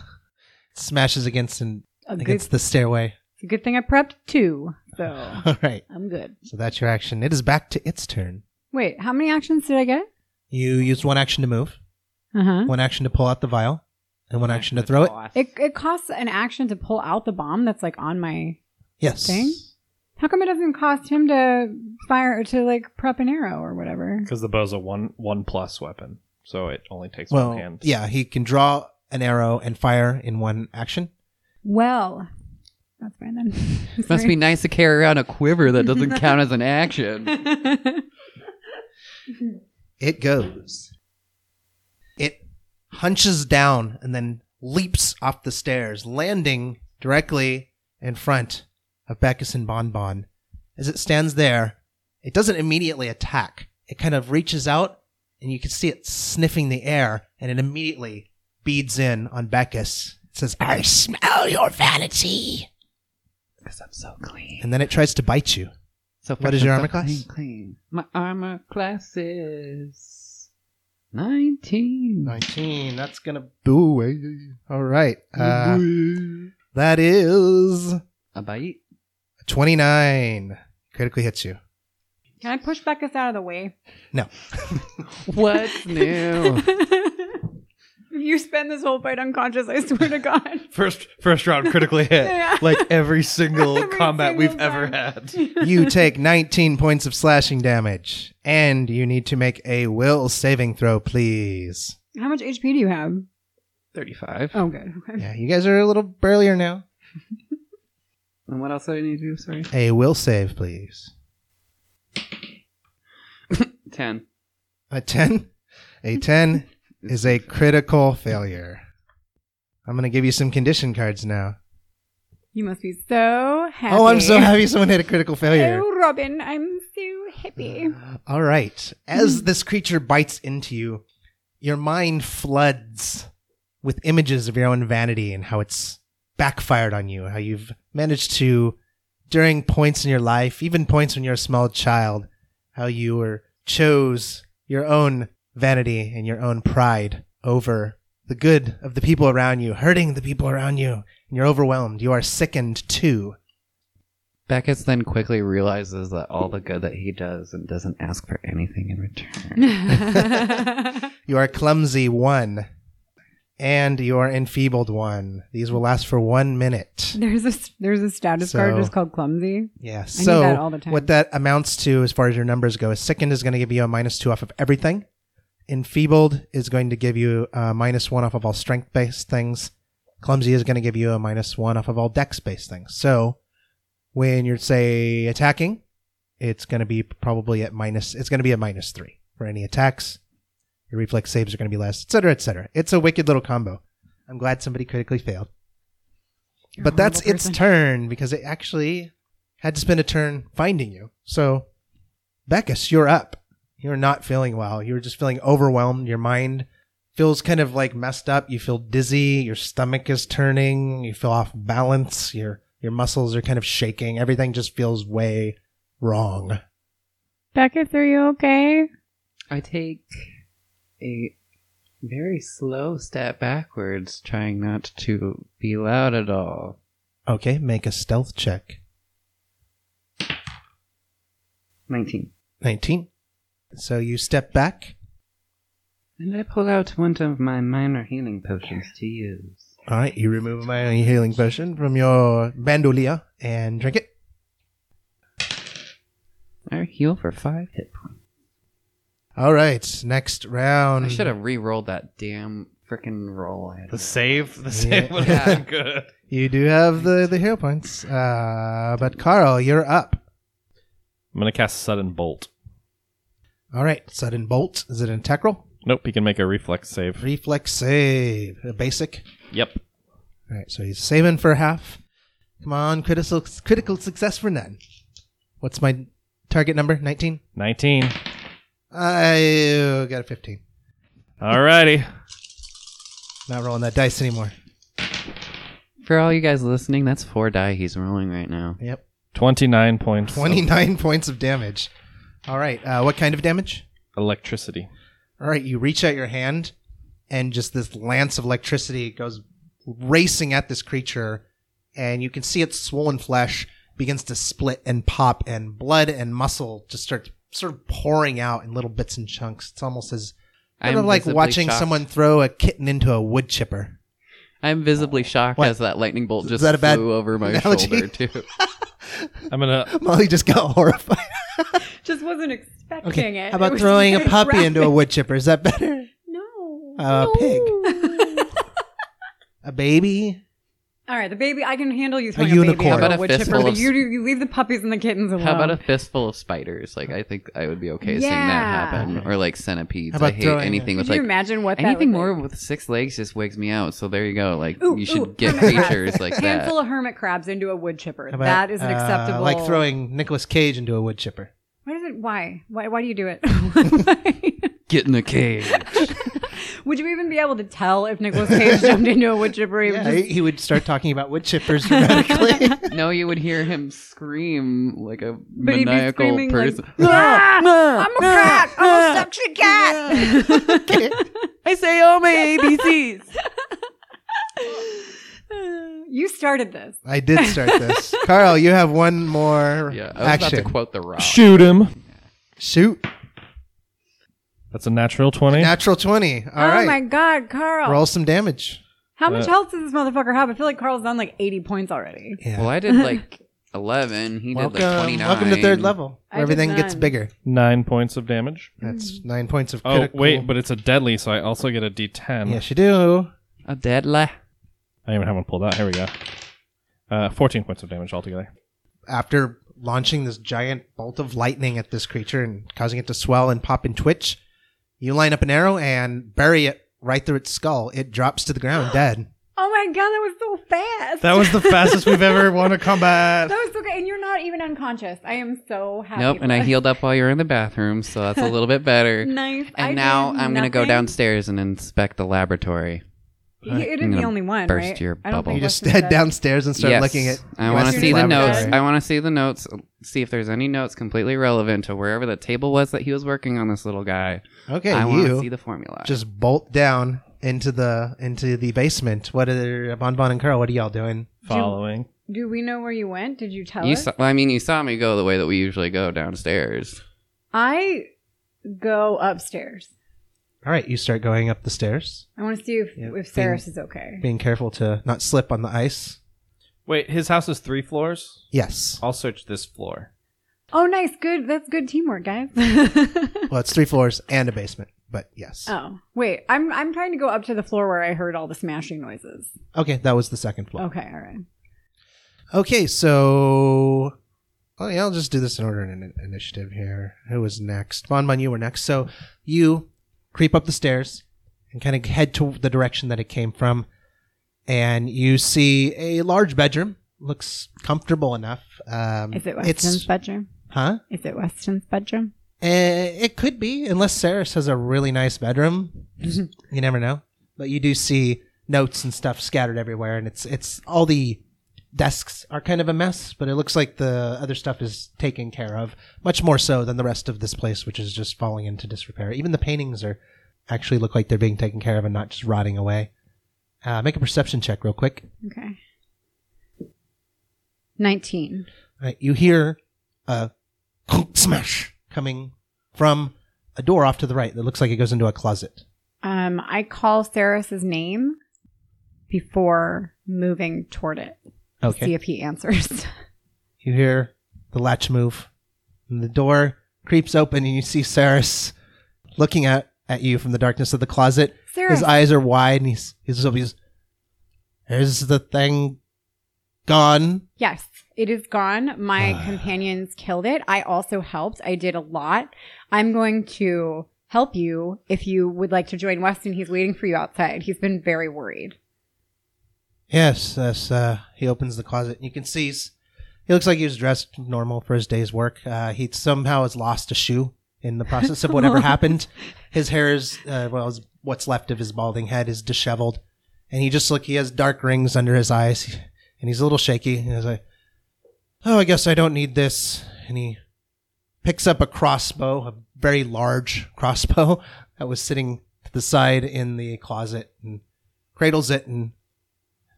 E: Smashes against and
C: A good,
E: against the stairway.
C: it's a good thing I prepped two, so
E: All right.
C: I'm good.
E: So that's your action. It is back to its turn.
C: Wait, how many actions did I get?
E: You used one action to move,
C: Uh huh.
E: one action to pull out the vial, and one action to throw it.
C: It, it costs an action to pull out the bomb that's like on my.
E: Yes.
C: Dang. How come it doesn't cost him to fire to like prep an arrow or whatever?
B: Because the bow's a one one plus weapon, so it only takes one
E: Well,
B: hand.
E: yeah, he can draw an arrow and fire in one action.
C: Well, that's fine then. I'm
A: Must be
C: sorry.
A: nice to carry around a quiver that doesn't count as an action.
E: It goes. It hunches down and then leaps off the stairs, landing directly in front of Bacchus and Bonbon. As it stands there, it doesn't immediately attack. It kind of reaches out, and you can see it sniffing the air, and it immediately beads in on Bacchus. It says, I smell your vanity.
A: Because I'm so clean.
E: And then it tries to bite you.
A: So
E: What is
A: fresh
E: your
A: and
E: armor
A: so
E: class?
A: Clean, clean. My armor class is 19.
E: 19. That's going to. Boo. All right. Uh, that is.
A: a bite?
E: 29 critically hits you
C: Can I push Beckus out of the way?
E: no
A: What's new?
C: If you spend this whole fight unconscious, I swear to God.
B: First first round critically hit,
C: Yeah.
B: like every single
C: Every
B: combat we've
C: single
B: ever
C: time.
B: had.
E: you take 19 points of slashing damage and you need to make a will saving throw please
C: How much HP do you have?
A: 35.
C: Oh, good. Okay.
E: yeah you guys are a little burlier now
A: And what else do I need to do? Sorry.
E: a will save please
A: 10.
E: a 10 a 10 is a critical failure i'm gonna give you some condition cards now
C: You must be so happy.
E: oh i'm so happy someone hit a critical failure
C: Oh, Robin, I'm so happy.
E: All right. As this creature bites into you, your mind floods with images of your own vanity and how it's backfired on you, how you've managed to, during points in your life, even points when you're a small child, how you were chose your own vanity and your own pride over the good of the people around you, hurting the people around you, and you're overwhelmed. You are sickened too.
A: Bacchus then quickly realizes that all the good that he does and doesn't ask for anything in return.
E: You are clumsy one, and you are enfeebled one. These will last for one minute.
C: there's a there's a status card
E: So-
C: just called clumsy.
E: Yeah.
C: do
E: so
C: that all the time.
E: what that amounts to, as far as your numbers go, is sickened is going to give you a minus two off of everything. Enfeebled is going to give you a minus one off of all strength based things. Clumsy is going to give you a minus one off of all dex based things. So when you're say attacking, it's going to be probably at minus. It's going to be a minus three for any attacks. Your reflex saves are going to be less, etc., etc. It's a wicked little combo. I'm glad somebody critically failed.
C: You're a
E: But that's
C: horrible
E: its
C: person.
E: turn because it actually had to spend a turn finding you. So, Beckus, you're up. You're not feeling well. You're just feeling overwhelmed. Your mind feels kind of like messed up. You feel dizzy. Your stomach is turning. You feel off balance. Your your muscles are kind of shaking. Everything just feels way wrong.
C: Beckus, are you okay?
A: I take a very slow step backwards, trying not to be loud at all.
E: Okay, make a stealth check.
A: 19.
E: 19. So you step back.
A: And I pull out one of my minor healing potions to use.
E: All right, you remove my healing potion from your bandolier and drink it.
A: I heal for five hit points.
E: All right, next round.
A: I should have re-rolled that damn freaking roll. I had.
B: The save, the
E: save
B: save
E: Yeah.
B: was
E: was not
B: good.
E: You do have the the hero points, uh, but Carl, you're up.
B: I'm gonna cast sudden bolt.
E: All right, sudden bolt. Is it an attack roll?
B: Nope, he can make a reflex save.
E: Reflex save, a basic.
B: Yep.
E: All right, so he's saving for half. Come on, critical critical success for none. What's my target number? Nineteen.
B: Nineteen.
E: I uh, got a fifteen.
B: Alrighty.
E: Not rolling that dice anymore.
A: For all you guys listening, that's four die he's rolling right now.
E: Yep.
B: 29 points. of
E: 29 points of damage. All right. Uh, what kind of damage?
B: Electricity.
E: All right. You reach out your hand, and just this lance of electricity goes racing at this creature, and you can see its swollen flesh begins to split and pop, and blood and muscle just start sort of pouring out in little bits and chunks. It's almost as kind of like
A: visibly
E: watching
A: shocked.
E: someone throw a kitten into a wood chipper.
A: I'm visibly shocked
E: What?
A: as that lightning bolt
E: Is
A: just
E: that a bad
A: flew over my
E: analogy?
A: shoulder too.
B: I'm uh, going to
E: Molly just got horrified.
C: Just wasn't expecting
E: Okay.
C: it.
E: How about throwing a puppy into a wood chipper? Is that better?
C: No.
E: A pig. A baby?
C: All right, the baby. I can handle you throwing a,
E: unicorn.
C: baby
E: How
C: into
E: about
A: a
C: a wood chipper,
A: fistful
C: but
A: of-
C: you, you leave the puppies and the kittens alone.
A: How about a fistful of spiders? Like I think I would be okay seeing that
C: Yeah.
A: happen, or like centipedes.
E: How
A: I
E: about
A: hate
E: throwing a-
A: anything
C: Could
A: with
C: you
A: like
C: imagine what that
A: anything
C: would
A: more
C: be?
A: with six legs just wigs me out. So there you go. Like
C: Ooh,
A: you should
C: ooh,
A: get
C: hermit crabs.
A: creatures like that.
C: handful of hermit crabs into a wood chipper.
E: How about,
C: that is an
E: uh,
C: acceptable.
E: like throwing Nicolas Cage into a wood chipper.
C: Why does it? Why? Why? Why do you do it?
A: Get in the cage.
C: would you even be able to tell if Nicolas Cage jumped into a wood chipper? He would
E: Yeah,
C: just-
E: he- he would start talking about wood chippers dramatically.
A: no, you would hear him scream like a
C: he'd be
A: maniacal
C: screaming, like,
A: person.
C: Ah, I'm a cat. I'm a sexy cat.
A: I say all my ABCs.
C: you started this.
E: I did start this. Carl, you have one more
A: yeah, I was
E: action.
A: about to quote the rock.
B: shoot him.
E: Shoot.
B: That's a natural 20.
E: Natural 20. All
C: oh
E: right,
C: my god, Carl!
E: Roll some damage.
C: How much
B: Uh,
C: health does this motherfucker have? I feel like Carl's done like 80 points already.
E: Yeah.
A: Well, I did like eleven. He
E: welcome,
A: did like twenty nine.
E: welcome to third level.
C: I
E: Where
C: did
E: everything gets
C: none. Hmm.
E: bigger.
B: Nine points of damage.
E: That's nine points of
B: Oh,
E: critical.
B: wait, but it's a deadly, so I also get a d10.
E: Yes, you do.
A: A deadly.
B: I even have one pulled out. Here we go. Uh, 14 points of damage altogether.
E: After launching this giant bolt of lightning at this creature and causing it to swell and pop and twitch, you line up an arrow and bury it right through its skull. It drops to the ground dead.
C: Oh my god, that was so fast.
E: was the fastest we've ever won a combat.
C: That was okay, and you're not even unconscious. I am so happy.
A: Nope, and I
C: about it.
A: healed up while you were in the bathroom, so that's a little bit better.
C: Nice.
A: And
C: I
A: now
C: did
A: I'm going to go
C: nothing.
A: downstairs and inspect the laboratory.
C: You- It
A: I'm
C: is the
A: gonna
C: only one,
A: burst
C: right?
A: your
C: I don't
A: bubble.
C: think
E: You just
C: Weston
E: head
C: said-
E: downstairs and start
A: Yes.
E: looking at.
A: I want to
E: Weston's
A: see the notes.
E: laboratory.
A: I want to see the notes. See if there's any notes completely relevant to wherever the table was that he was working on this little guy.
E: Okay,
A: I want to see
E: you
A: the formula.
E: just bolt down into the into the basement. What are Bon Bon and Carl? What are y'all doing?
B: Following.
C: Do we know where you went? Did you tell
A: you
C: us?
A: saw, well, I mean, you saw me go the way that we usually go downstairs.
C: I go upstairs.
E: All right, you start going up the stairs,
C: I want to see if,
E: Yeah,
C: if
E: thing-
C: Saris is okay.
E: being careful to not slip on the ice.
B: Wait, his house is three floors?
E: Yes.
B: I'll search this floor.
C: Oh, nice. Good. That's good teamwork, guys.
E: Well, it's three floors and a basement, but yes.
C: oh, wait. I'm I'm trying to go up to the floor where I heard all the smashing noises.
E: Okay, that was the second floor.
C: Okay, all right. Oh.
E: Okay, so oh yeah, I'll just do this in order in in- initiative here. Who was next? Bon Bon, you were next. So you creep up the stairs and kind of head to the direction that it came from, and you see a large bedroom. Looks comfortable enough. Um,
C: Is it Weston's
E: it's
C: bedroom?
E: huh?
C: Is it Weston's bedroom?
E: Eh, it could be, unless Saris has a really nice bedroom. you never know. But you do see notes and stuff scattered everywhere, and it's it's all the desks are kind of a mess, but it looks like the other stuff is taken care of, much more so than the rest of this place, which is just falling into disrepair. Even the paintings are actually look like they're being taken care of and not just rotting away. Uh, make a perception check real quick.
C: Okay. 19.
E: Right, Uh, you hear a smash coming from a door off to the right that looks like it goes into a closet.
C: Um, I call Saris's name before moving toward it. to
E: Okay.
C: See if he answers.
E: You hear the latch move, and the door creeps open, and you see Saris looking at, at you from the darkness of the closet.
C: Saris,
E: His eyes are wide, and he's he's, he's here's the thing gone.
C: yes, it is gone. My companions killed it. I also helped. I did a lot. I'm going to help you if you would like to join Weston. He's waiting for you outside. He's been very worried.
E: Yes, yes. Uh, he opens the closet, and you can see he's, he looks like he was dressed normal for his day's work. Uh, he somehow has lost a shoe in the process of whatever happened. His hair is uh, well, his, what's left of his balding head is disheveled, and he just look. He has dark rings under his eyes, and he's a little shaky. And he's like, Oh, I guess I don't need this. And he picks up a crossbow, a very large crossbow that was sitting to the side in the closet and cradles it and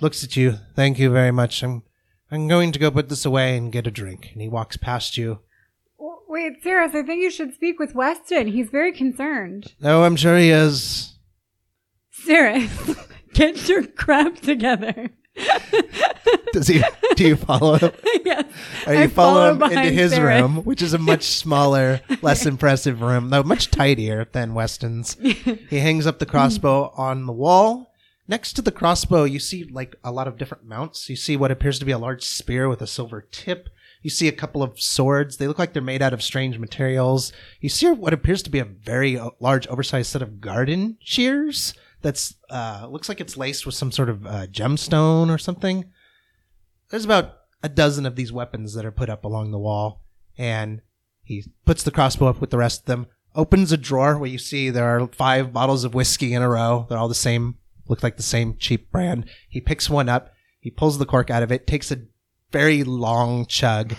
E: looks at you. Thank you very much. I'm I'm going to go put this away and get a drink. And he walks past you.
C: W- Wait, Cyrus, I think you should speak with Weston. He's very concerned.
E: Oh, I'm sure he is.
C: Cyrus, get your crap together.
E: Does he do you follow him?
C: yes.
E: Or
C: I
E: you follow, him into
C: behind
E: his
C: Cyrus.
E: room, which is a much smaller, less impressive room, though much tidier than Weston's. he hangs up the crossbow on the wall. Next to the crossbow, you see like a lot of different mounts. You see what appears to be a large spear with a silver tip. You see a couple of swords. They look like they're made out of strange materials. You see what appears to be a very uh, large, oversized set of garden shears. That's uh, looks like it's laced with some sort of uh, gemstone or something there's about a dozen of these weapons that are put up along the wall, and he puts the crossbow up with the rest of them, opens a drawer where you see there are five bottles of whiskey in a row. They're all the same, look like the same cheap brand. He picks one up, he pulls the cork out of it, takes a very long chug,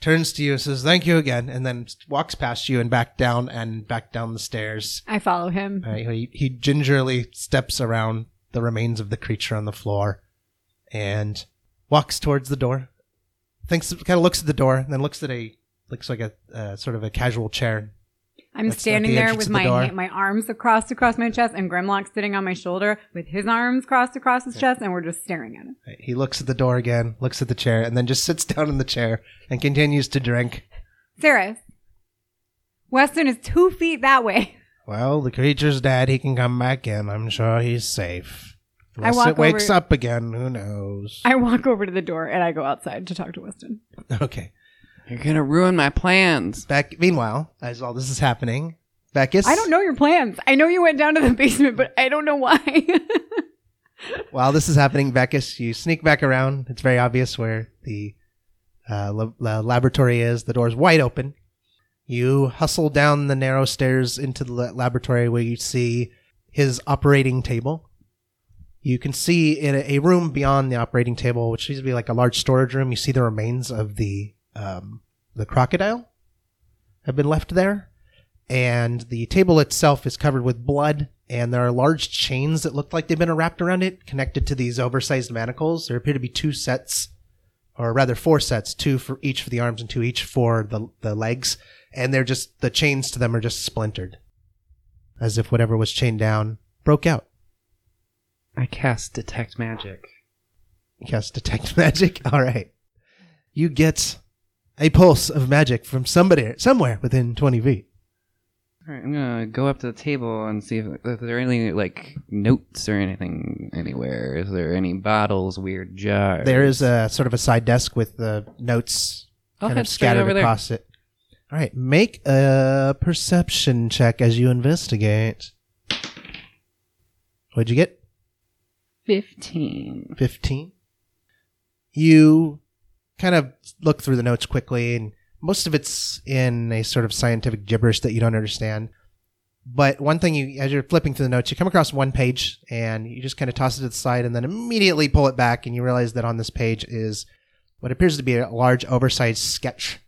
E: turns to you, says, Thank you again, and then walks past you and back down and back down the stairs.
C: I follow him.
E: Uh, he, he gingerly steps around the remains of the creature on the floor and walks towards the door. Thinks, kind of looks at the door, and then looks at a looks like a uh, sort of a casual chair.
C: I'm
E: That's at
C: standing
E: the
C: there
E: entrance
C: with
E: of
C: my
E: the door.
C: ha- my arms across across my chest, and Grimlock sitting on my shoulder with his arms crossed across his chest, and we're just staring at him.
E: He looks at the door again, looks at the chair, and then just sits down in the chair and continues to drink.
C: Cyrus, Weston is two feet that way.
E: Well, the creature's dead. He can come back in. I'm sure he's safe.
C: I
E: Unless
C: walk
E: it wakes
C: over-
E: up again, who knows?
C: I walk over to the door and I go outside to talk to Weston.
E: okay.
A: You're gonna ruin my plans.
E: Back. Meanwhile, as all this is happening, Bacchus.
C: I don't know your plans. I know you went down to the basement, but I don't know why.
E: While this is happening, Bacchus, you sneak back around. It's very obvious where the uh, lab- la- laboratory is. The door's wide open. You hustle down the narrow stairs into the la- laboratory where you see his operating table. You can see in a, a room beyond the operating table, which seems to be like a large storage room. You see the remains of the um, the crocodile have been left there, and the table itself is covered with blood. And there are large chains that look like they've been wrapped around it, connected to these oversized manacles. There appear to be two sets or rather four sets, two for each for the arms and two each for the the legs, and they're just the chains to them are just splintered, as if whatever was chained down broke out.
A: I cast detect magic.
E: Yes, detect magic. All right, you get a pulse of magic from somebody somewhere within twenty feet.
A: All right, I'm gonna go up to the table and see if, if there are any like notes or anything anywhere. Is there any bottles, weird jars?
E: There is a sort of a side desk with the notes
A: I'll
E: kind
A: head
E: of
A: straight
E: scattered
A: over there.
E: across it. All right, make a perception check as you investigate. What'd you get?
A: Fifteen.
E: 15. You kind of look through the notes quickly, and most of it's in a sort of scientific gibberish that you don't understand. But one thing you, as you're flipping through the notes, you come across one page and you just kind of toss it to the side and then immediately pull it back, and you realize that on this page is what appears to be a large, oversized sketch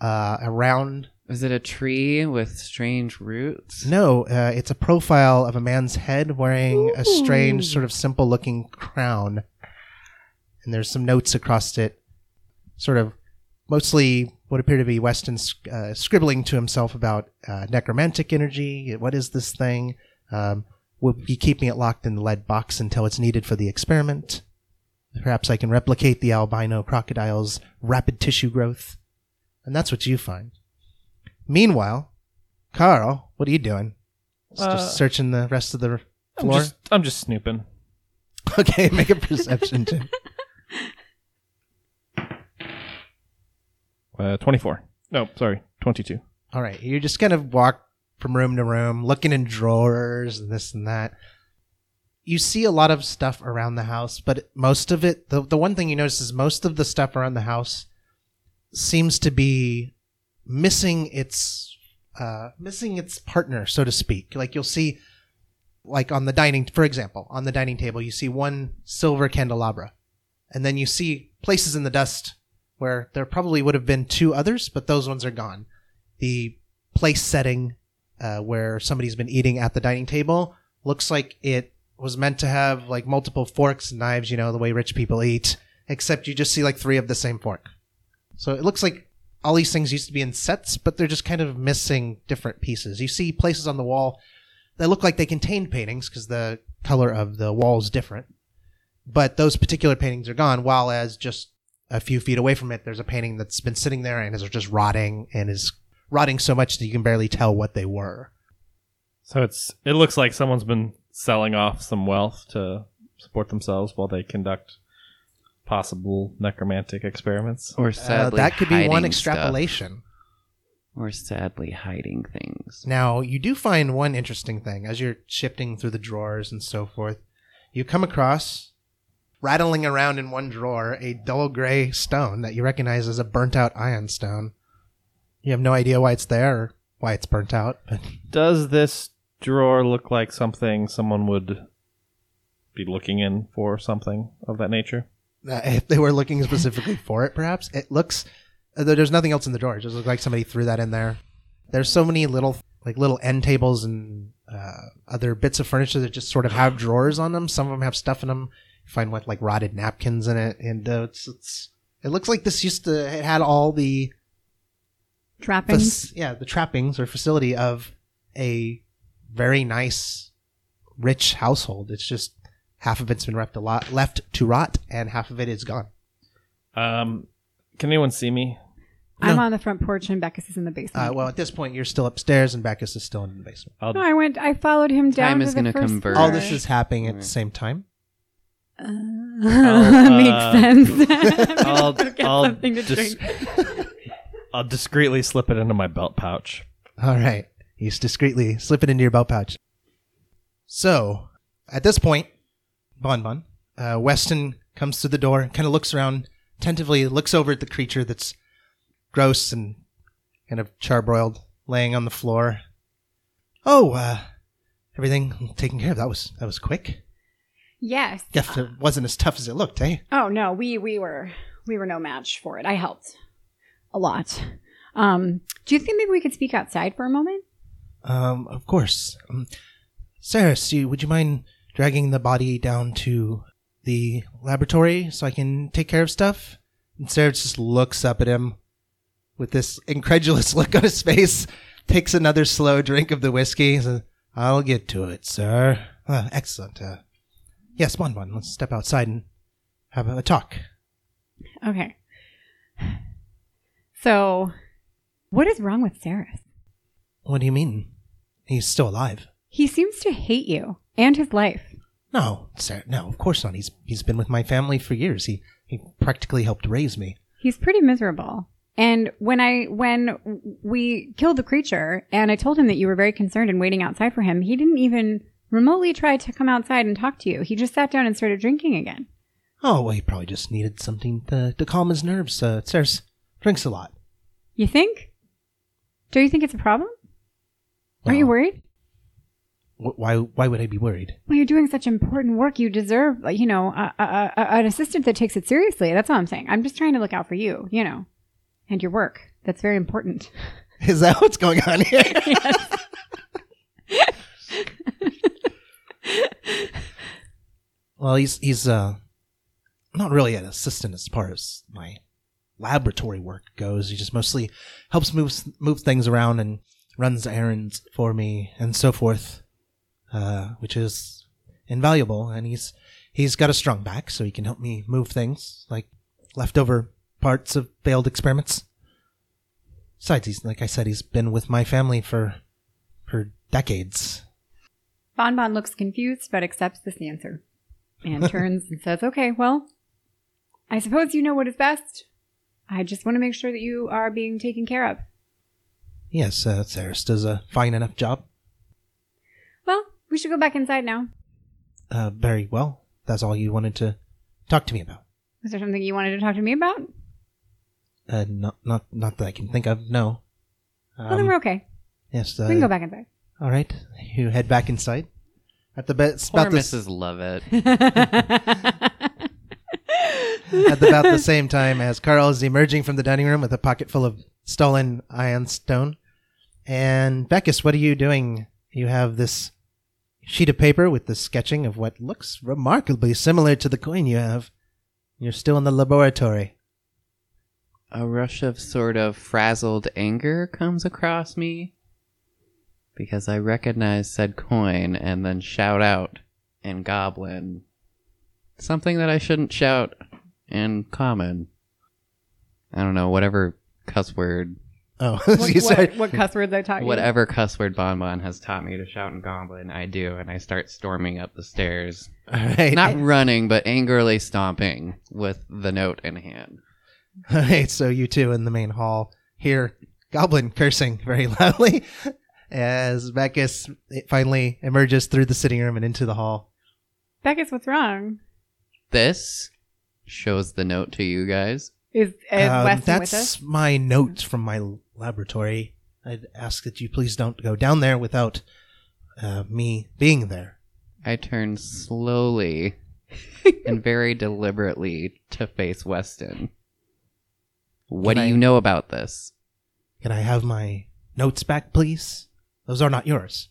E: uh, around
A: Is it a tree with strange roots?
E: no, uh, it's a profile of a man's head wearing a strange, sort of simple looking crown. And there's some notes across it, sort of mostly what appear to be Weston uh, scribbling to himself about uh, necromantic energy. What is this thing? Um, we'll be keeping it locked in the lead box until it's needed for the experiment. Perhaps I can replicate the albino crocodile's rapid tissue growth. And that's what you find. Meanwhile, Carl, what are you doing? Just,
B: Uh,
E: just searching the rest of the
B: I'm
E: floor.
B: just, I'm just snooping.
E: okay, make a perception check.
B: Uh, 24. No, sorry, 22.
E: All right, you just kind of walk from room to room, looking in drawers and this and that. You see a lot of stuff around the house, but most of it, the, the one thing you notice is most of the stuff around the house seems to be missing its uh, missing its partner, so to speak. Like you'll see, like on the dining, for example, on the dining table, you see one silver candelabra, and then you see places in the dust where there probably would have been two others, but those ones are gone. The place setting uh, where somebody's been eating at the dining table looks like it was meant to have like multiple forks and knives, you know, the way rich people eat, except you just see like three of the same fork. So it looks like all these things used to be in sets, but they're just kind of missing different pieces. You see places on the wall that look like they contained paintings because the color of the wall is different. But those particular paintings are gone, while as just a few feet away from it, there's a painting that's been sitting there and is just rotting and is rotting so much that you can barely tell what they were.
B: So it's it looks like someone's been selling off some wealth to support themselves while they conduct possible necromantic experiments.
A: Or
E: Uh,
A: sadly,
E: that could be
A: hiding
E: one
A: stuff.
E: extrapolation.
A: Or sadly, hiding things.
E: Now, you do find one interesting thing as you're shifting through the drawers and so forth. You come across, rattling around in one drawer, a dull gray stone that you recognize as a burnt out iron stone. You have no idea why it's there or why it's burnt out, but
B: Does this drawer look like something someone would be looking in for something of that nature?
E: uh, if they were looking specifically for it, perhaps it looks. uh, there- There's nothing else in the drawer. It just looks like somebody threw that in there. There's so many little, like little end tables and uh, other bits of furniture that just sort of have drawers on them. Some of them have stuff in them. You find what like rotted napkins in it, and uh, it's it's. It looks like this used to. It had all the fac-
C: Trappings.
E: yeah the trappings or facility of a very nice, rich household. It's just half of it's been left a lot left to rot, and half of it is gone.
B: Um, can anyone see me?
C: I'm on the front porch and Beckus is in the basement.
E: Uh, well, at this point, you're still upstairs, and Bacchus is still in the basement.
B: I'll,
C: no, I went. I followed him down
A: Time
C: to
A: is
C: the
A: gonna
C: first
A: converge.
C: floor.
E: All this is happening at the same time.
C: Uh,
B: uh,
C: makes sense.
B: I'll,
C: get
B: I'll,
C: something to
B: dis- I'll discreetly slip it into my belt pouch.
E: All right, you just discreetly slip it into your belt pouch. So, at this point, Bon Bon, uh, Weston comes to the door, kind of looks around tentatively, looks over at the creature that's gross and kind of charbroiled, laying on the floor. Oh, uh, everything taken care of. That was that was quick.
C: yes.
E: Guess it wasn't as tough as it looked, eh?
C: Oh no, we we were we were no match for it. I helped a lot. Um, do you think maybe we could speak outside for a moment?
E: Um, of course. Um, Sarah, Sue, would you mind dragging the body down to the laboratory so I can take care of stuff? And Sarah just looks up at him with this incredulous look on his face, takes another slow drink of the whiskey, and says, I'll get to it, sir. Ah, excellent. Uh, yes, Bon Bon, let's step outside and have a talk.
C: Okay. So, what is wrong with Saris?
E: What do you mean? He's still alive.
C: He seems to hate you and his life.
E: No, sir. No, of course not. He's he's been with my family for years. He he practically helped raise me.
C: He's pretty miserable. And when I when we killed the creature and I told him that you were very concerned and waiting outside for him, he didn't even remotely try to come outside and talk to you. He just sat down and started drinking again.
E: Oh, well, he probably just needed something to, to calm his nerves. Uh, Ceres drinks a lot.
C: You think? Do you think it's a problem? Aren't you
E: Well,
C: worried?
E: wh- why why would I be worried?
C: Well, you're doing such important work. You deserve, like, you know, a, a, a, a- an assistant that takes it seriously. That's all I'm saying. I'm just trying to look out for you, you know, and your work. That's very important.
E: Is that what's going on here? well, he's he's uh not really an assistant as far as my laboratory work goes. He just mostly helps move move things around and runs errands for me and so forth, uh, which is invaluable. And he's he's got a strong back, so he can help me move things like leftover parts of failed experiments. Besides, he's like I said, he's been with my family for for decades.
C: Bon Bon looks confused but accepts this answer and turns and says, Okay, well, I suppose you know what is best. I just want to make sure that you are being taken care of.
E: Yes, uh, Saris does a fine enough job.
C: Well, we should go back inside now.
E: Uh, very well. That's all you wanted to talk to me about.
C: Was there something you wanted to talk to me about?
E: Uh, not not not that I can think of. No.
C: well, then
E: Um,
C: we're okay.
E: yes. Uh,
C: We can go back inside.
E: All right. You head back inside. At the bed, it's
A: Poor
E: about this.
A: Mrs. Lovett.
E: at about the same time as Carl is emerging from the dining room with a pocket full of stolen ion stone. And Beckus, what are you doing? You have this sheet of paper with the sketching of what looks remarkably similar to the coin you have. You're still in the laboratory.
A: a rush of sort of frazzled anger comes across me because I recognize said coin and then shout out in goblin something that I shouldn't shout in common. I don't know, whatever cuss word,
E: Oh,
C: What,
E: you
C: what,
E: said,
C: what cuss words I taught you?
A: whatever cuss word Bonbon has taught me to shout in goblin, I do, and I start storming up the stairs.
E: all right,
A: Not running, but angrily stomping with the note in hand.
E: all right. So you two in the main hall hear Goblin cursing very loudly as Beckus finally emerges through the sitting room and into the hall.
C: Beckus, what's wrong?
A: This shows the note to you guys.
C: Is, is Weston Uh,
E: Um,
C: with us?
E: that's my note from my laboratory. I'd ask that you please don't go down there without uh, me being there.
A: I turn slowly and very deliberately to face Weston. What do
E: Can I-
A: you know about this?
E: Can I have my notes back, please? Those are not yours.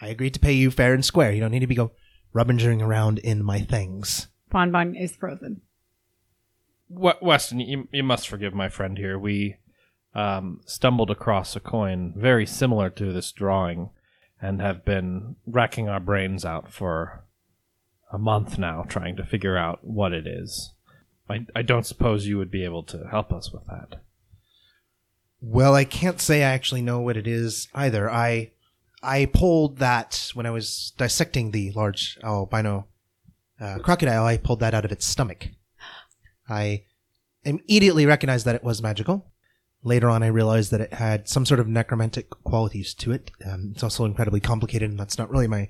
E: I agreed to pay you fair and square. You don't need to be go rummaging around in my things.
C: Bonbon is frozen.
B: We- Weston, you, you must forgive my friend here. We um, stumbled across a coin very similar to this drawing and have been racking our brains out for a month now trying to figure out what it is. I, I don't suppose you would be able to help us with that.
E: Well, I can't say I actually know what it is either. I I pulled that when I was dissecting the large albino uh, crocodile. I pulled that out of its stomach. I immediately recognized that it was magical. Later on, I realized that it had some sort of necromantic qualities to it. Um, it's also incredibly complicated, and that's not really my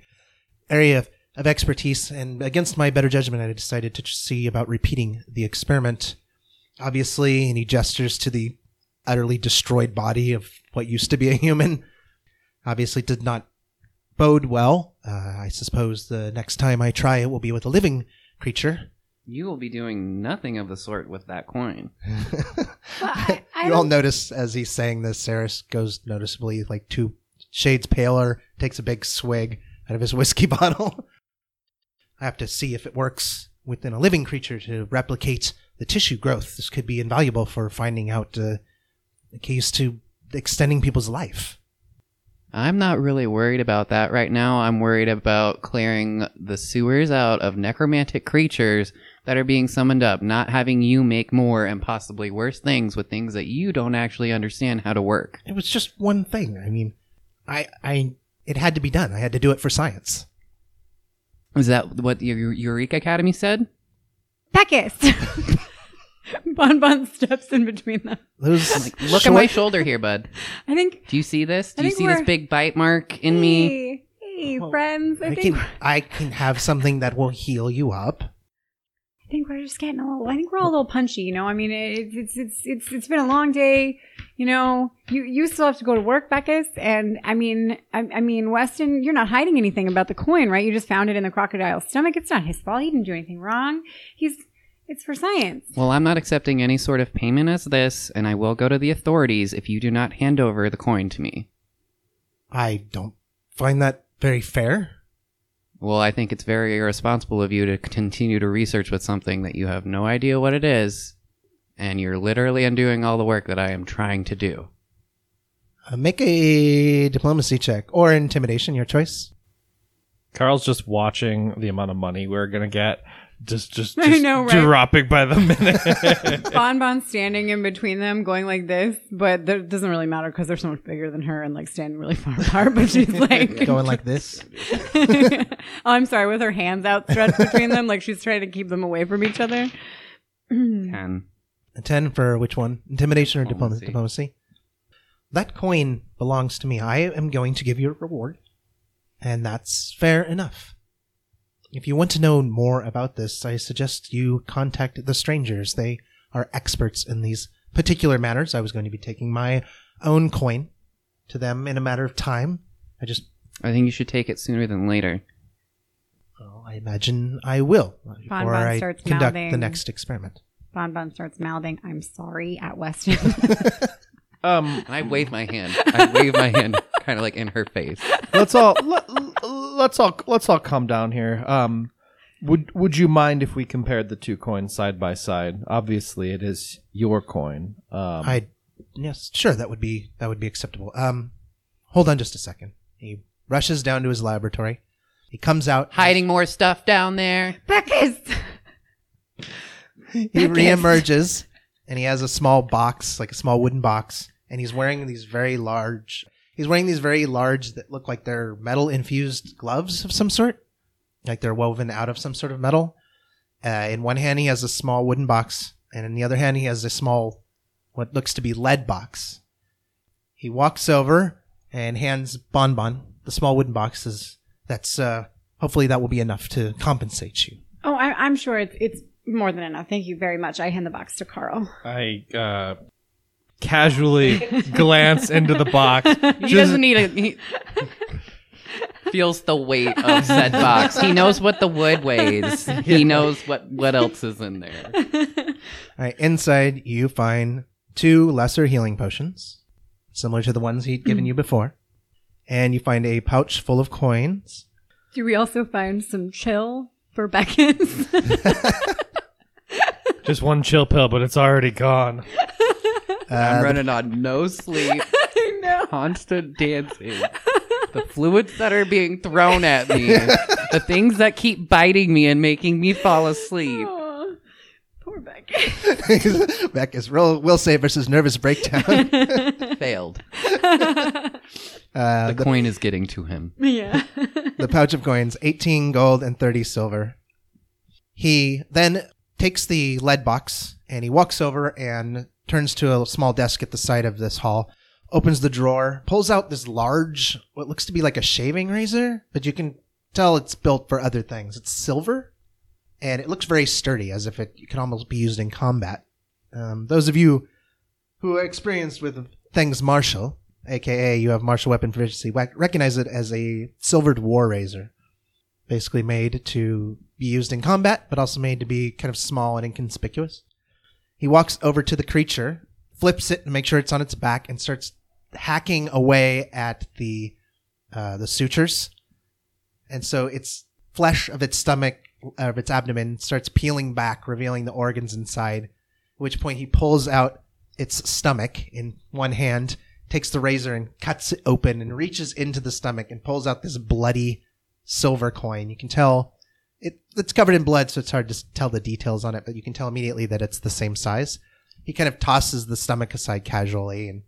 E: area of, of expertise. And against my better judgment, I decided to see about repeating the experiment. Obviously, any gestures to the utterly destroyed body of what used to be a human obviously did not bode well. Uh, I suppose the next time I try it will be with a living creature.
A: You will be doing nothing of the sort with that coin.
C: I- I
E: you all
C: don't-
E: notice as he's saying this, Saris goes noticeably like two shades paler, takes a big swig out of his whiskey bottle. I have to see if it works within a living creature to replicate the tissue growth. This could be invaluable for finding out uh, the keys to extending people's life.
A: I'm not really worried about that right now. I'm worried about clearing the sewers out of necromantic creatures that are being summoned up, not having you make more and possibly worse things with things that you don't actually understand how to work.
E: It was just one thing. I mean, I, I, it had to be done. I had to do it for science.
A: Is that what the Eu- Eureka Academy said?
C: Beckus! Bonbon steps in between them.
E: Those
A: Look at my shoulder here, bud.
C: I think
A: Do you see this?
C: I
A: Do you
C: think
A: see this
C: we're-
A: big bite mark in me?
C: Hey, hey,
E: Well,
C: friends. I,
E: I
C: think
E: can, I can have something that will heal you up.
C: I think we're just getting a little. I think we're all a little punchy. You know, I mean, it, it's it's it's it's been a long day. You know, you you still have to go to work, Beckus, and I mean, I, I mean, Weston, you're not hiding anything about the coin, right? You just found it in the crocodile's stomach. It's not his fault. He didn't do anything wrong. He's it's for science.
A: Well, I'm not accepting any sort of payment as this, and I will go to the authorities if you do not hand over the coin to me.
E: I don't find that very fair.
A: Well, I think it's very irresponsible of you to continue to research with something that you have no idea what it is, and you're literally undoing all the work that I am trying to do.
E: Uh, make a diplomacy check or intimidation, your choice.
B: Carl's just watching the amount of money we're going to get. Just, just,
C: I
B: just
C: know, right?
B: dropping by the minute.
C: Bonbon standing in between them, going like this, but that doesn't really matter because they're so much bigger than her and like standing really far apart. But she's like
E: Going like this.
C: oh, I'm sorry, with her hands outstretched between them, like she's trying to keep them away from each other. Hmm.
A: Ten.
E: A 10 for which one? Intimidation or diplomacy?
A: Diplomacy.
E: diplomacy? That coin belongs to me. I am going to give you a reward, and that's fair enough. If you want to know more about this, I suggest you contact the strangers. They are experts in these particular matters. I was going to be taking my own coin to them in a matter of time. I just,
A: I think you should take it sooner than later.
E: well, I I imagine I will
C: Bon
E: before
C: Bon
E: I
C: starts
E: conduct the
C: mouthing.
E: next experiment.
C: Bon Bon starts mouthing, I'm sorry, at Weston.
B: Um,
A: And I wave my hand. I wave my hand kind of like in her face.
B: let's all let, let's all let's all calm down here. Um, would would you mind if we compared the two coins side by side? Obviously, it is your coin. Um,
E: I yes, sure that would be that would be acceptable. Um, hold on just a second. He rushes down to his laboratory. He comes out.
A: Hiding more stuff down there.
C: Beckus!
E: He reemerges, and he has a small box, like a small wooden box, and he's wearing these very large. He's wearing these very large that look like they're metal infused gloves of some sort, like they're woven out of some sort of metal. Uh, in one hand, he has a small wooden box, and in the other hand, he has a small, what looks to be lead box. He walks over and hands Bon Bon the small wooden box. Says, "That's uh, hopefully that will be enough to compensate you."
C: Oh, I, I'm sure it's, it's more than enough. Thank you very much. I hand the box to Carl.
B: I uh, casually glance into the box.
A: He doesn't need a. He feels the weight of said box. He knows what the wood weighs. He knows what what else is in there.
E: All right, inside you find two lesser healing potions, similar to the ones he'd given you before, and you find a pouch full of coins.
C: Do we also find some chill for Beckus?
B: Just one chill pill, but it's already gone.
E: Uh,
A: I'm
E: the-
A: running on no sleep,
C: I know.
A: constant dancing. The fluids that are being thrown at me, the things that keep biting me and making me fall asleep.
C: Aw, Poor Beckus.
E: Beck is real will save versus nervous breakdown.
A: Failed.
E: Uh,
A: The
E: the,
A: coin is getting to him.
C: yeah.
E: the pouch of coins, eighteen gold and thirty silver. He then takes the lead box and he walks over and turns to a small desk at the side of this hall, opens the drawer, pulls out this large, what looks to be like a shaving razor, but you can tell it's built for other things. It's silver, and it looks very sturdy, as if it can almost be used in combat. Um, those of you who are experienced with things martial, aka you have martial weapon proficiency, wec- recognize it as a silvered war razor basically made to be used in combat, but also made to be kind of small and inconspicuous. He walks over to the creature, flips it to make sure it's on its back, and starts hacking away at the uh, the sutures. And so its flesh of its stomach, of its abdomen, starts peeling back, revealing the organs inside. At which point he pulls out its stomach in one hand, takes the razor and cuts it open, and reaches into the stomach and pulls out this bloody silver coin. You can tell it, it's covered in blood, so it's hard to s- tell the details on it, but you can tell immediately that it's the same size. He kind of tosses the stomach aside casually and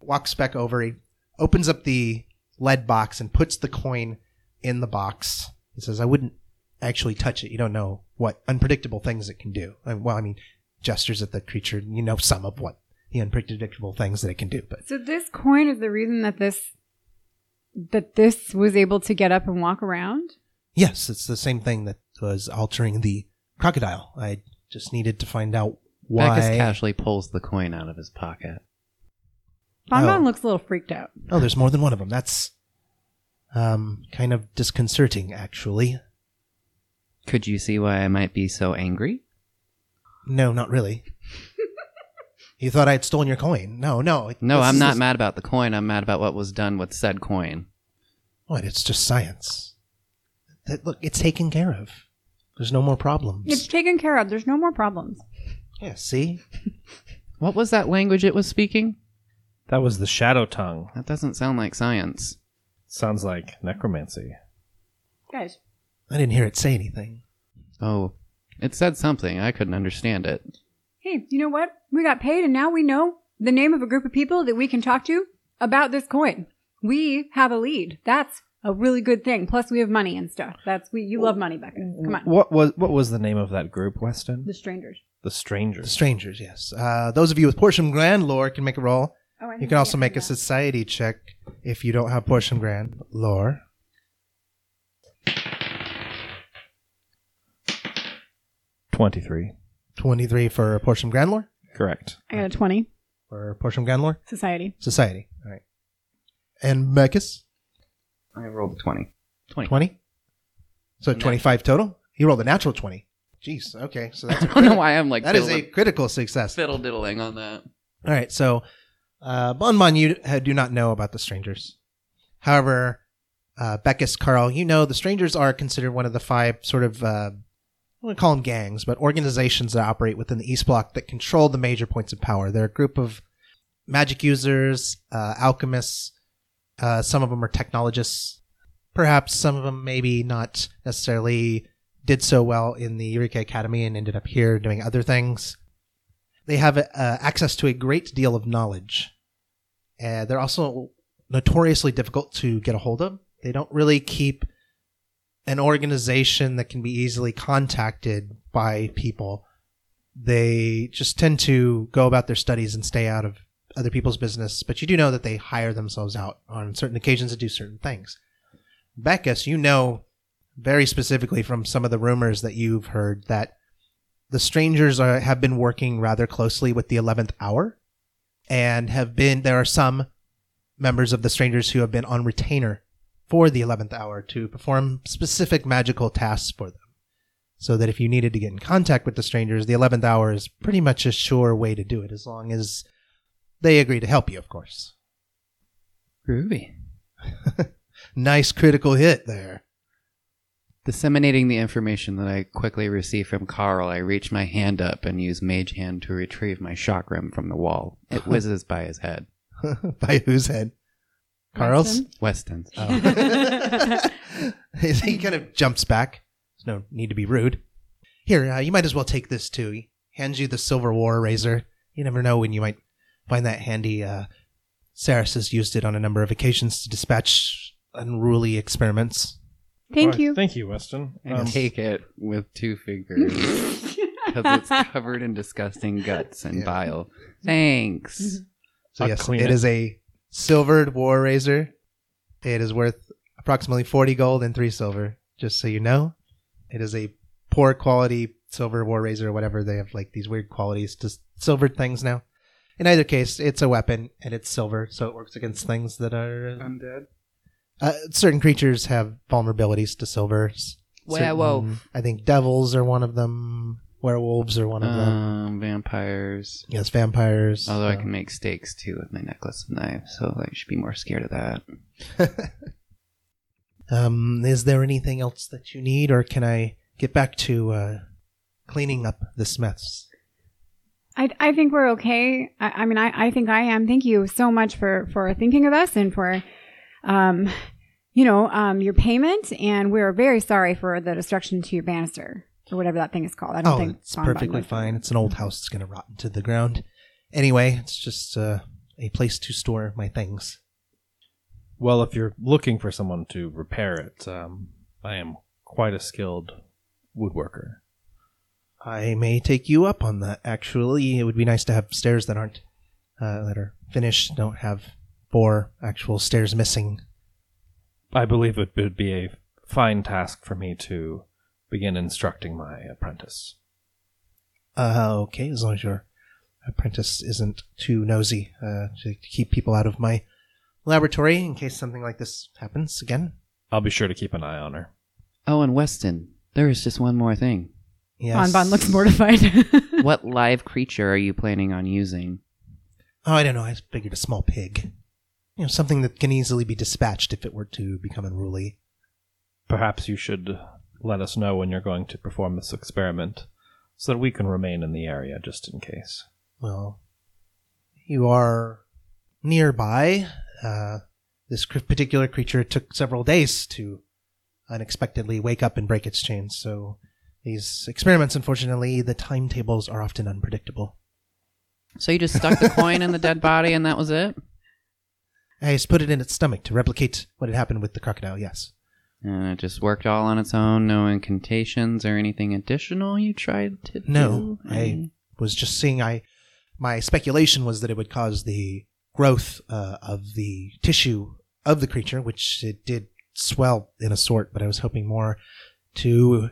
E: walks back over. He opens up the lead box and puts the coin in the box. He says, I wouldn't actually touch it. You don't know what unpredictable things it can do. I, well, I mean, gestures at the creature, you know some of what the unpredictable things that it can do, but
C: So this coin is the reason that this that this was able to get up and walk around.
E: Yes, it's the same thing that was altering the crocodile. I just needed to find out why.
A: Beckus casually pulls the coin out of his pocket.
C: Bon Bon
E: Oh.
C: looks a little freaked out.
E: oh, there's more than one of them. That's um, kind of disconcerting, actually.
A: Could you see why I might be so angry?
E: No, not really. you thought I had stolen your coin? No, no. it-
A: No,
E: this
A: I'm
E: is-
A: not mad about the coin. I'm mad about what was done with said coin.
E: What? It's just science. That, look, it's taken care of. There's no more problems.
C: It's taken care of. There's no more problems.
E: yeah, see?
A: What was that language it was speaking?
B: That was the shadow tongue.
A: That doesn't sound like science.
B: Sounds like necromancy.
C: Guys.
E: I didn't hear it say anything.
A: Oh, it said something. I couldn't understand it.
C: Hey, you know what? We got paid and now we know the name of a group of people that we can talk to about this coin. We have a lead. That's a really good thing. Plus we have money and stuff. That's we you love money, Becca. Come on.
B: What was what was the name of that group, Weston?
C: The strangers.
B: The
E: The
B: Strangers.
E: strangers, yes. Uh, those of you with Portium Grand lore can make a roll.
C: Oh, I
E: You can also make a society check if you don't have Portion Grand lore.
B: Twenty three.
E: 23 for Portion Grand lore?
B: Correct.
C: I got a twenty.
E: For Portion Grand lore?
C: Society.
E: Society. All right. And Mekis?
A: I rolled a 20. 20.
E: 20? So 25 total. He rolled a natural 20. Jeez. Okay. So that's a,
A: I don't know why I'm like
E: that is a
A: fiddling-
E: critical success.
A: fiddle diddling on that.
E: All right, so uh, Bon Bon, you uh, do not know about the strangers. However, uh, Beckus, Carl, you know the strangers are considered one of the five sort of, uh, I'm going to call them gangs, but organizations that operate within the East Block that control the major points of power. They're a group of magic users, uh, alchemists, uh, some of them are technologists. Perhaps some of them maybe not necessarily did so well in the Eureka Academy and ended up here doing other things they have uh, access to a great deal of knowledge. Uh, they're also notoriously difficult to get a hold of. They don't really keep an organization that can be easily contacted by people. They just tend to go about their studies and stay out of other people's business, but you do know that they hire themselves out on certain occasions to do certain things. Beckus, you know very specifically from some of the rumors that you've heard that the strangers are, have been working rather closely with the 11th hour and have been there are some members of the strangers who have been on retainer for the 11th hour to perform specific magical tasks for them so that if you needed to get in contact with the strangers the 11th hour is pretty much a sure way to do it as long as they agree to help you of course
A: Groovy.
E: nice critical hit there
A: Disseminating the information that I quickly received from Carl, I reach my hand up and use Mage Hand to retrieve my chakram from the wall. It whizzes by his head.
E: by whose head carl's
A: Weston's.
E: Oh. he kind of jumps back. There's no need to be rude. Here, uh, you might as well take this too. He hands you the silver war razor. You never know when you might find that handy. Uh, Saris has used it on a number of occasions to dispatch unruly experiments.
C: Thank
B: Alright,
C: you.
B: Thank you, Weston.
A: I
B: Um,
A: take it with two fingers because it's covered in disgusting guts and
E: Yeah.
A: bile. Thanks.
E: So
B: I'll
E: yes,
B: clean
E: it
B: it.
E: is a silvered war razor. It is worth approximately forty gold and three silver. Just so you know, it is a poor quality silver war razor or whatever. They have like these weird qualities to s- silvered things now. In either case, it's a weapon and it's silver, so it works against things that are
A: Undead.
E: uh, certain creatures have vulnerabilities to silver. S- certain-
A: Werewolf.
E: I think devils are one of them. Werewolves are one of them.
A: Um, vampires.
E: Yes, vampires.
A: Although I
E: uh,
A: can make stakes too with my necklace and knife, so I should be more scared of that.
E: Um, is there anything else that you need, or can I get back to uh, cleaning up this mess?
C: I, I think we're okay. I, I mean, I, I think I am. Thank you so much for, for thinking of us and for, um, you know, um, your payment. And we're very sorry for the destruction to your banister or whatever that thing is called. I don't
E: Oh,
C: think
E: it's
C: Bonbon
E: perfectly
C: would-
E: fine. It's an old house; it's going to rot into the ground. Anyway, it's just uh, a place to store my things.
B: Well, if you're looking for someone to repair it, um, I am quite a skilled woodworker.
E: I may take you up on that. Actually, it would be nice to have stairs that aren't uh, that are finished, don't have four actual stairs missing.
B: I believe it would be a fine task for me to begin instructing my apprentice.
E: Uh, okay, as long as your apprentice isn't too nosy uh, to keep people out of my laboratory in case something like this happens again.
B: I'll be sure to keep an eye on her.
A: Oh, and Weston, there is just one more thing.
E: Yes.
C: Bonbon looks mortified.
A: what live creature are you planning on using?
E: Oh, I don't know. I figured a small pig. You know, something that can easily be dispatched if it were to become unruly.
B: Perhaps you should let us know when you're going to perform this experiment so that we can remain in the area just in case.
E: Well, you are nearby. Uh, this cr- particular creature took several days to unexpectedly wake up and break its chains, so these experiments, unfortunately, the timetables are often unpredictable.
A: So you just stuck the coin in the dead body and that was it?
E: I just put it in its stomach to replicate what had happened with the crocodile, yes.
A: And it just worked all on its own, no incantations or anything additional you tried to
E: No,
A: do?
E: I was just seeing. I my speculation was that it would cause the growth uh, of the tissue of the creature, which it did swell in a sort. But I was hoping more to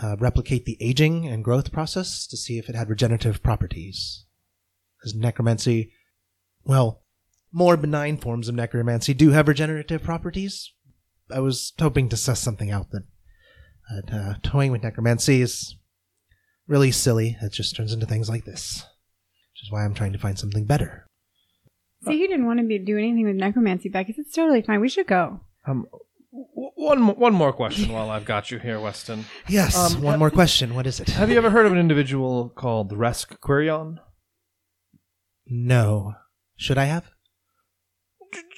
E: uh, replicate the aging and growth process to see if it had regenerative properties. Because necromancy, well, more benign forms of necromancy do have regenerative properties. I was hoping to suss something out that But, uh, toying with necromancy is really silly. It just turns into things like this, which is why I'm trying to find something better.
C: See, he didn't want to be do anything with necromancy, Becky. It's totally fine. We should go.
B: Um, w- one mo- one more question while I've got you here, Weston.
E: Yes.
B: Um, uh,
E: one more question. What is it?
B: Have you ever heard of an individual called Resk Quirion?
E: No. Should I have?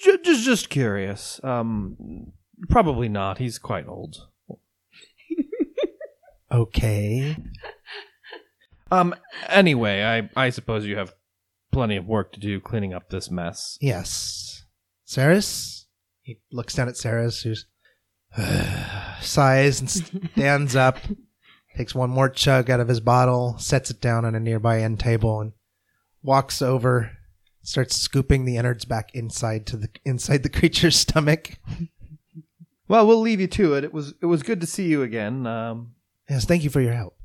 B: J- just just curious. Um, probably not. He's quite old.
E: Okay.
B: Um, anyway, I I suppose you have plenty of work to do cleaning up this mess.
E: Yes. Saris? He looks down at Saris, who's sighs and stands up, takes one more chug out of his bottle, sets it down on a nearby end table, and walks over, starts scooping the innards back inside to the inside the creature's stomach.
B: Well, we'll leave you to it. It was it was good to see you again. Um,
E: Yes, thank you for your help.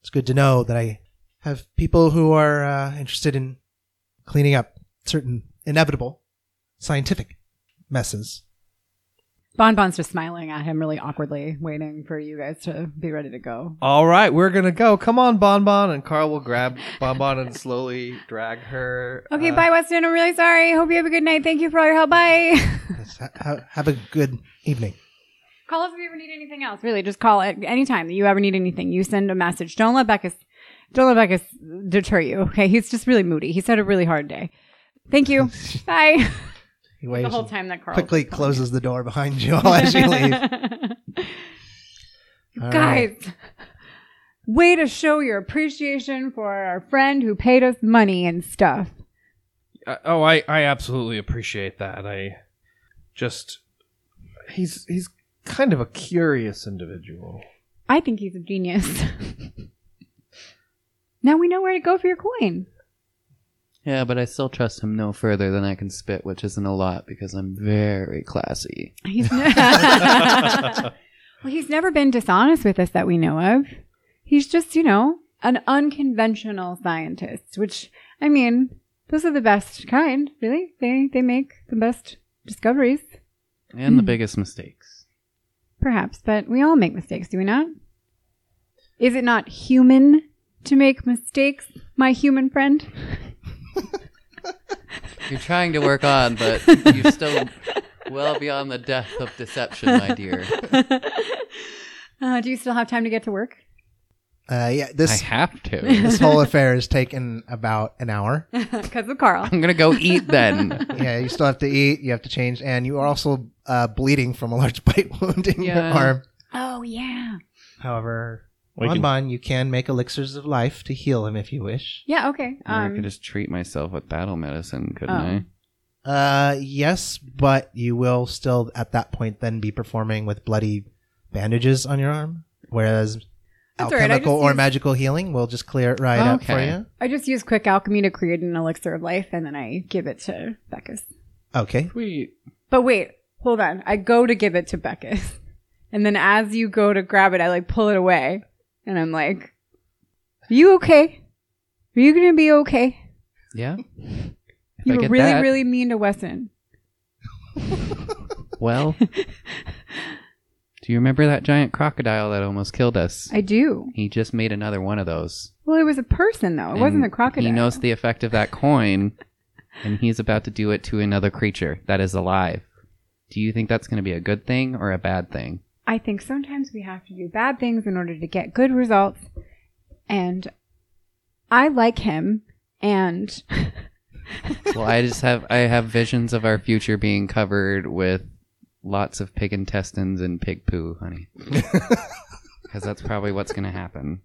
E: It's good to know that I have people who are uh, interested in cleaning up certain inevitable scientific messes.
C: Bon Bon's just smiling at him really awkwardly, waiting for you guys to be ready to go.
B: All right, we're gonna go. Come on, Bon Bon, and Carl will grab Bon Bon and slowly drag her.
E: Uh,
B: uh,
C: Okay, bye, Weston. I'm really sorry. Hope you have a good night. Thank you for all your help. Bye.
E: Yes, ha- ha- have a good evening.
C: call us if you ever need anything else. Really, just call at any time that you ever need anything. You send a message. Don't let Beckus, don't let Beckus deter you. Okay, he's just really moody. He's had a really hard day. Thank you. Bye.
E: He
C: the
E: waves
C: whole
E: and
C: time that Carl
E: quickly
C: was calling.
E: closes the door behind you all as you leave.
C: You
E: All
C: guys, way to show your appreciation for our friend who paid us money and stuff.
B: Uh, oh, I I absolutely appreciate that. I just he's he's kind of a curious individual.
C: I think he's a genius. now we know where to go for your coin.
A: Yeah, but I still trust him no further than I can spit, which isn't a lot because I'm very classy.
C: He's ne- well, he's never been dishonest with us that we know of. He's just, you know, an unconventional scientist, which I mean, those are the best kind, really. They they make the best discoveries,
A: And the biggest mistakes.
C: perhaps, but we all make mistakes, do we not? Is it not human to make mistakes, my human friend?
A: You're trying to work on, but you're still well beyond the depth of deception, my dear.
C: Uh, do you still have time to get to work?
E: Uh, yeah,
A: I
E: this
A: have to.
E: this whole affair has taken about an hour.
C: Because of Carl.
A: I'm gonna go eat then.
E: Yeah, you still have to eat, you have to change, and you are also uh, bleeding from a large bite wound in your
A: Yeah.
E: arm.
C: Oh yeah.
E: However,
B: We can-
E: Bonbon, you can make elixirs of life to heal him if you wish.
C: Yeah. Okay. Um,
A: Or I could just treat myself with battle medicine, couldn't
C: Oh.
A: I?
E: Uh, yes, but you will still at that point then be performing with bloody bandages on your arm, whereas
C: That's all right, I
E: alchemical
C: just
E: or
C: used-
E: magical healing will just clear it right up for
A: Okay.
E: you.
C: I just use quick alchemy to create an elixir of life, and then I give it to Beckus.
E: Okay.
A: Sweet.
C: But wait, hold on. I go to give it to Beckus, and then as you go to grab it, I like pull it away, and I'm like, "Are you okay? Are you gonna be okay?
A: Yeah. If I
C: You were
A: get
C: really,
A: that,
C: really mean to Wesson.
A: well. Do you remember that giant crocodile that almost killed us?
C: I do.
A: He just made another one of those.
C: Well, it was a person though. It
A: And
C: wasn't a crocodile.
A: He knows the effect of that coin, and he's about to do it to another creature that is alive. Do you think that's going to be a good thing or a bad thing?
C: I think sometimes we have to do bad things in order to get good results. And I like him, and
A: Well, I just have I have visions of our future being covered with lots of pig intestines and pig poo, honey. Because that's probably what's going to happen.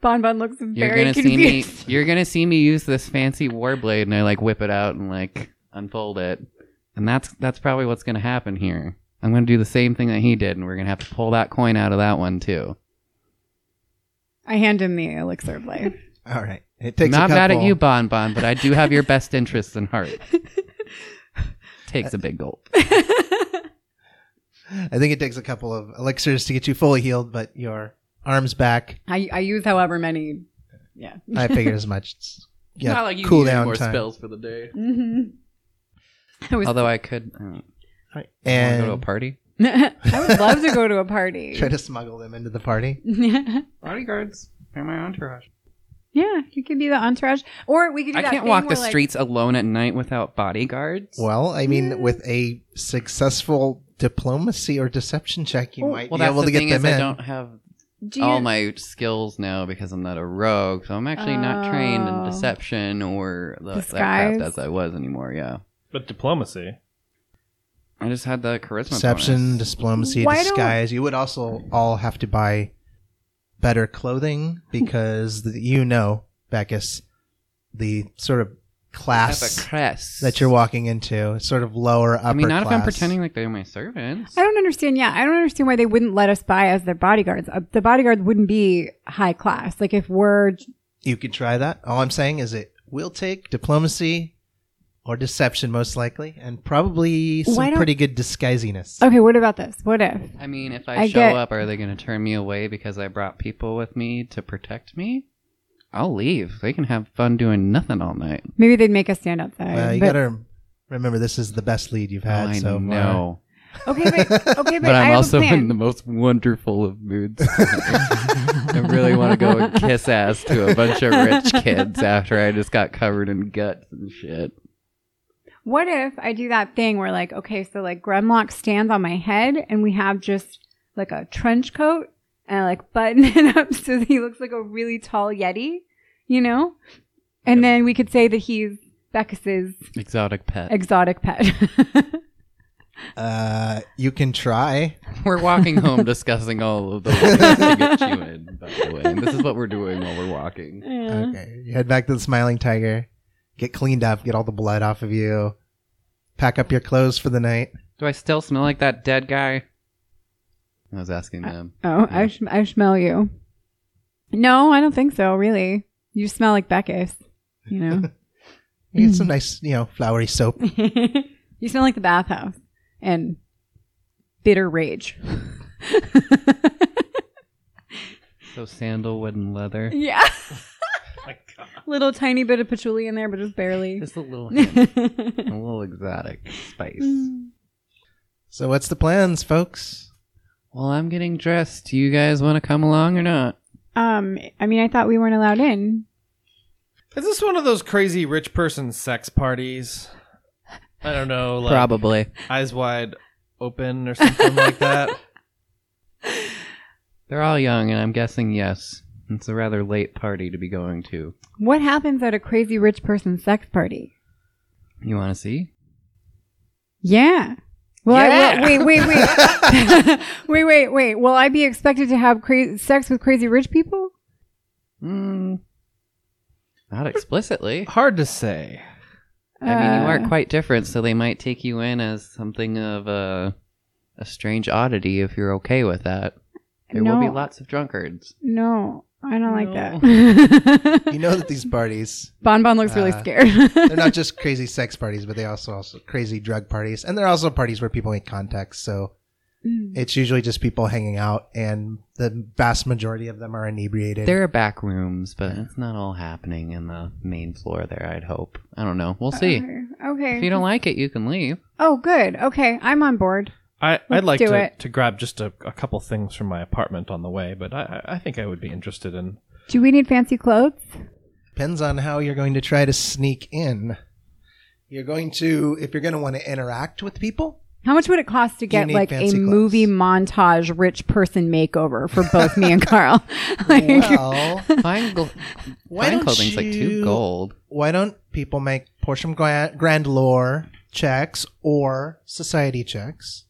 C: Bon Bon looks
A: You're
C: very
A: gonna see me.
C: confused.
A: You're gonna see me use this fancy war blade, and I like whip it out and like unfold it, and that's that's probably what's gonna happen here. I'm gonna do the same thing that he did, and we're gonna have to pull that coin out of that one too.
C: I hand him the elixir of life.
E: All right. It takes a
A: Not mad at
E: couple-
A: you, Bon Bon, but I do have your best interests in heart. Takes a big gulp.
E: I think it takes a couple of elixirs to get you fully healed, but your arms back.
C: I, I use however many. Yeah.
E: I figured as much. It's, yeah, cool down time.
A: for the day.
C: Mm-hmm. I was
A: Although I could uh, wanna
E: And
A: go to a party.
C: I would love to go to a party.
E: Try to smuggle them into the party.
C: yeah,
A: Bodyguards. They're my entourage.
C: you could be the entourage, or we could. Do
A: I
C: that
A: can't
C: thing
A: walk the
C: where, like-
A: streets alone at night without bodyguards.
E: Well, I mean, with a successful diplomacy or deception check, you
C: Oh,
E: might
A: Well,
E: be
A: that's
E: able
A: the
E: to get
A: thing
E: them
A: is I
E: in.
A: don't have
C: Do you-
A: all my skills now because I'm not a rogue, so I'm actually not trained in
C: Oh.
A: deception or the, that
C: Disguise?
A: crap as I was anymore. Yeah,
B: But diplomacy.
A: I just had the charisma.
E: Deception,
A: bonus.
E: diplomacy,
C: Why don't-
E: disguise. You would also all have to buy better clothing because the, you know, Beckus, the sort of
A: I have a
E: class
A: crest
E: that you're walking into, is sort of lower upper.
A: I mean, not if I'm
E: class.
A: pretending like they're my servants.
C: I don't understand. Yeah, I don't understand why they wouldn't let us buy as their bodyguards. Uh, the bodyguards wouldn't be high class. Like if we're
E: You could try that. All I'm saying is it will take diplomacy or deception, most likely, and probably
C: Why
E: some
C: don't-
E: pretty good disguisiness.
C: okay, what about this? What if?
A: I mean, if I,
C: I
A: show
C: get-
A: up, are they going to turn me away because I brought people with me to protect me? I'll leave. They can have fun doing nothing all night.
C: Maybe they'd make us stand outside.
E: Well, you
C: but-
E: gotta remember this is the best lead you've had
A: I
E: so far.
A: know,
C: okay, but okay, but,
A: but, I'm
C: have
A: also
C: a plan.
A: in the most wonderful of moods. I really want to go and kiss ass to a bunch of rich kids after I just got covered in guts and shit.
C: What if I do that thing where like, okay, so like Gremlock stands on my head and we have just like a trench coat and I like button it up so that he looks like a really tall Yeti, you know? And then we could say that he's Beckus's
A: Exotic pet.
C: exotic pet.
E: Uh, you can try.
A: We're walking home discussing all of the ways to get you in, by the way. And this is what we're doing while we're walking.
C: Yeah.
E: Okay, you head back to the Smiling Tiger, get cleaned up, get all the blood off of you, pack up your clothes for the night.
A: Do I still smell like that dead guy? I was asking them.
C: Oh, I, sh- I smell you. No, I don't think so, really. You smell like Beckus, you know?
E: You get some nice, you know, flowery soap.
C: you smell like the bathhouse and bitter rage.
A: So sandalwood and leather.
C: Yeah. Little tiny bit of patchouli in there, but just barely.
A: Just a little hint, a little exotic spice.
E: So what's the plans, folks?
A: Well, I'm getting dressed. Do you guys want to come along or not?
C: um, I mean, I thought we weren't allowed in.
B: Is this one of those crazy rich person sex parties? I don't know, like
A: Probably.
B: eyes wide open or something like that.
A: They're all young, and I'm guessing yes. It's a rather late party to be going to.
C: What happens at a crazy rich person sex party?
A: You want to see?
C: Yeah. Well, I, well, wait, wait, wait, wait, wait, wait. Will I be expected to have cra- sex with crazy rich people?
A: Mm, not explicitly.
B: Hard to say.
A: I mean, you
C: Uh,
A: are quite different, so they might take you in as something of a a strange oddity if you're okay with that. There will be
C: No.
A: lots of drunkards.
C: No, I don't like
A: No.
C: that.
E: You know that these parties,
C: Bon Bon looks really
E: Uh,
C: scared.
E: they're not just crazy sex parties, but they also also crazy drug parties, and they're also parties where people make contacts. So it's usually just people hanging out, and the vast majority of them are inebriated.
A: There are back rooms, but it's not all happening in the main floor there, I'd hope. I don't know. We'll see.
C: Okay.
A: If you don't like it, you can leave.
C: oh, good. Okay, I'm on board.
B: I, I'd
C: Let's
B: like
C: do
B: to,
C: it.
B: to grab just a, a couple things from my apartment on the way, but I, I I think I would be interested in.
C: Do we need fancy clothes?
E: Depends on how you're going to try to sneak in. You're going to, if you're going to want to interact with people,
C: How much would it cost to get
E: need
C: like a
E: fancy clothes.
C: movie montage rich person makeover for both me and Carl? like,
E: well,
A: Fine, gl-
E: Why
A: fine
E: don't
A: clothing's like two
E: you-
A: gold.
E: why don't people make Portium Gra- Grand Lore checks or society checks?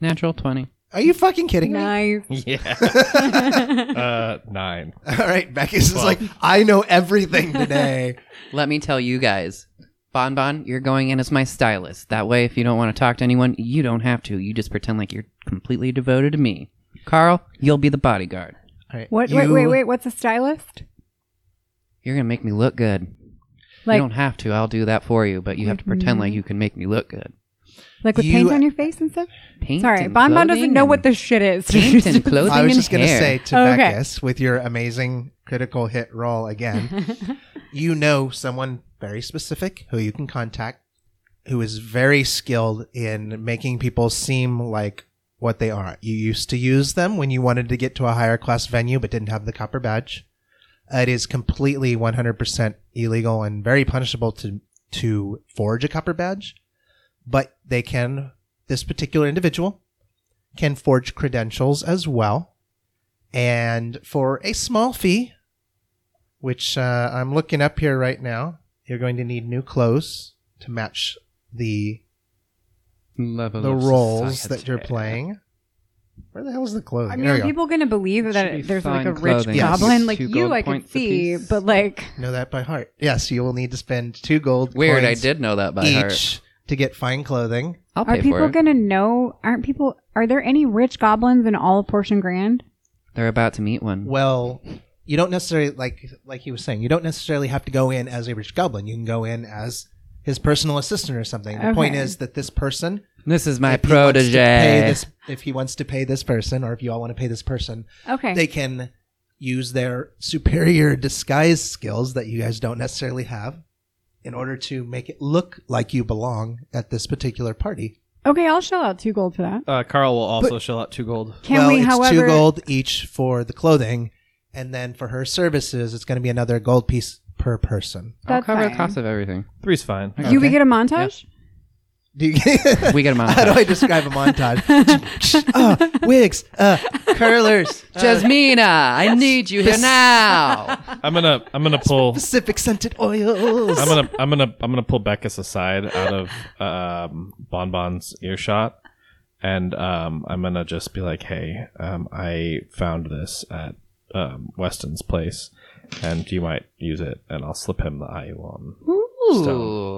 A: Natural 20.
E: Are you fucking kidding me?
C: nice.
B: Yeah. uh, nine.
E: All right, Beckus is like, I know everything today.
A: Let me tell you guys. Bon Bon, you're going in as my stylist. That way, if you don't want to talk to anyone, you don't have to. You just pretend like you're completely devoted to me. Carl, you'll be the bodyguard.
E: All right,
C: What?
E: you-
C: Wait, wait, wait. What's a stylist?
A: You're going to make me look good. you
C: Like, Mm-hmm.
A: don't have to. I'll do that for you, but you have to pretend like you can make me look good.
C: like with
E: you-
C: paint on your face and stuff?
A: Paint
C: Sorry,
A: and
C: Bon Bon doesn't
A: clothing
C: know
A: and-
C: what this shit is.
A: Paint and clothing
E: I was
A: and
E: just going to
A: hair.
E: say to
C: Okay.
E: Beckus, with your amazing critical hit roll again, you know someone very specific who you can contact who is very skilled in making people seem like what they are. You used to use them when you wanted to get to a higher class venue but didn't have the copper badge. Uh, It is completely 100% illegal and very punishable to to forge a copper badge, but they can this particular individual can forge credentials as well. And for a small fee, which uh, I'm looking up here right now, you're going to need new clothes to match the
A: Level
E: the
A: of
E: roles that
A: society.
E: you're playing. Where the hell is the clothes?
C: I
E: There
C: mean, are
E: we go.
C: people going to believe
A: Should be
C: that there's like a
A: fine
C: rich
A: clothing.
E: Yes.
C: goblin? Like
A: Two
C: you,
A: gold
C: I can
A: points
C: see,
A: apiece.
C: but like
E: know that by heart. Yes, you will need to spend two gold.
A: Weird, I
E: coins
A: did know that by
E: each
A: heart.
E: to get fine clothing.
A: I'll pay
C: are
A: for
C: people
A: it.
C: going to know? Aren't people? Are there any rich goblins in all of Portion Grand?
A: They're about to meet one.
E: Well, you don't necessarily like like he was saying. You don't necessarily have to go in as a rich goblin. You can go in as his personal assistant or something. The point
C: Okay.
E: is that this person
A: this is my
E: if he wants to pay
A: protege.
E: this- if he wants to pay this person, or if you all want to pay this person,
C: Okay.
E: they can use their superior disguise skills that you guys don't necessarily have in order to make it look like you belong at this particular party.
C: okay, I'll shell out two gold for that.
B: Uh, Carl will also shell out two gold.
C: Can
E: well,
C: we,
E: it's
C: however,
E: two gold each for the clothing, and then for her services, it's going to be another gold piece per person.
A: I'll
C: That's
A: cover the
C: fine.
A: cost of everything.
B: Three's fine.
C: you we
E: Okay.
C: get a montage?
E: Do you-
A: We get a
E: How do
A: montage.
E: I describe a montage? uh, wigs, uh, curlers, uh,
A: Jasmina, I need you here
E: this-
A: now.
B: I'm gonna I'm gonna pull
E: Pacific scented oils.
B: I'm gonna I'm gonna I'm gonna pull Beckus aside out of um, Bon Bon's earshot, and um, I'm gonna just be like, "Hey, um, I found this at um, Weston's place, and you might use it." And I'll slip him the IUON.
A: Ooh.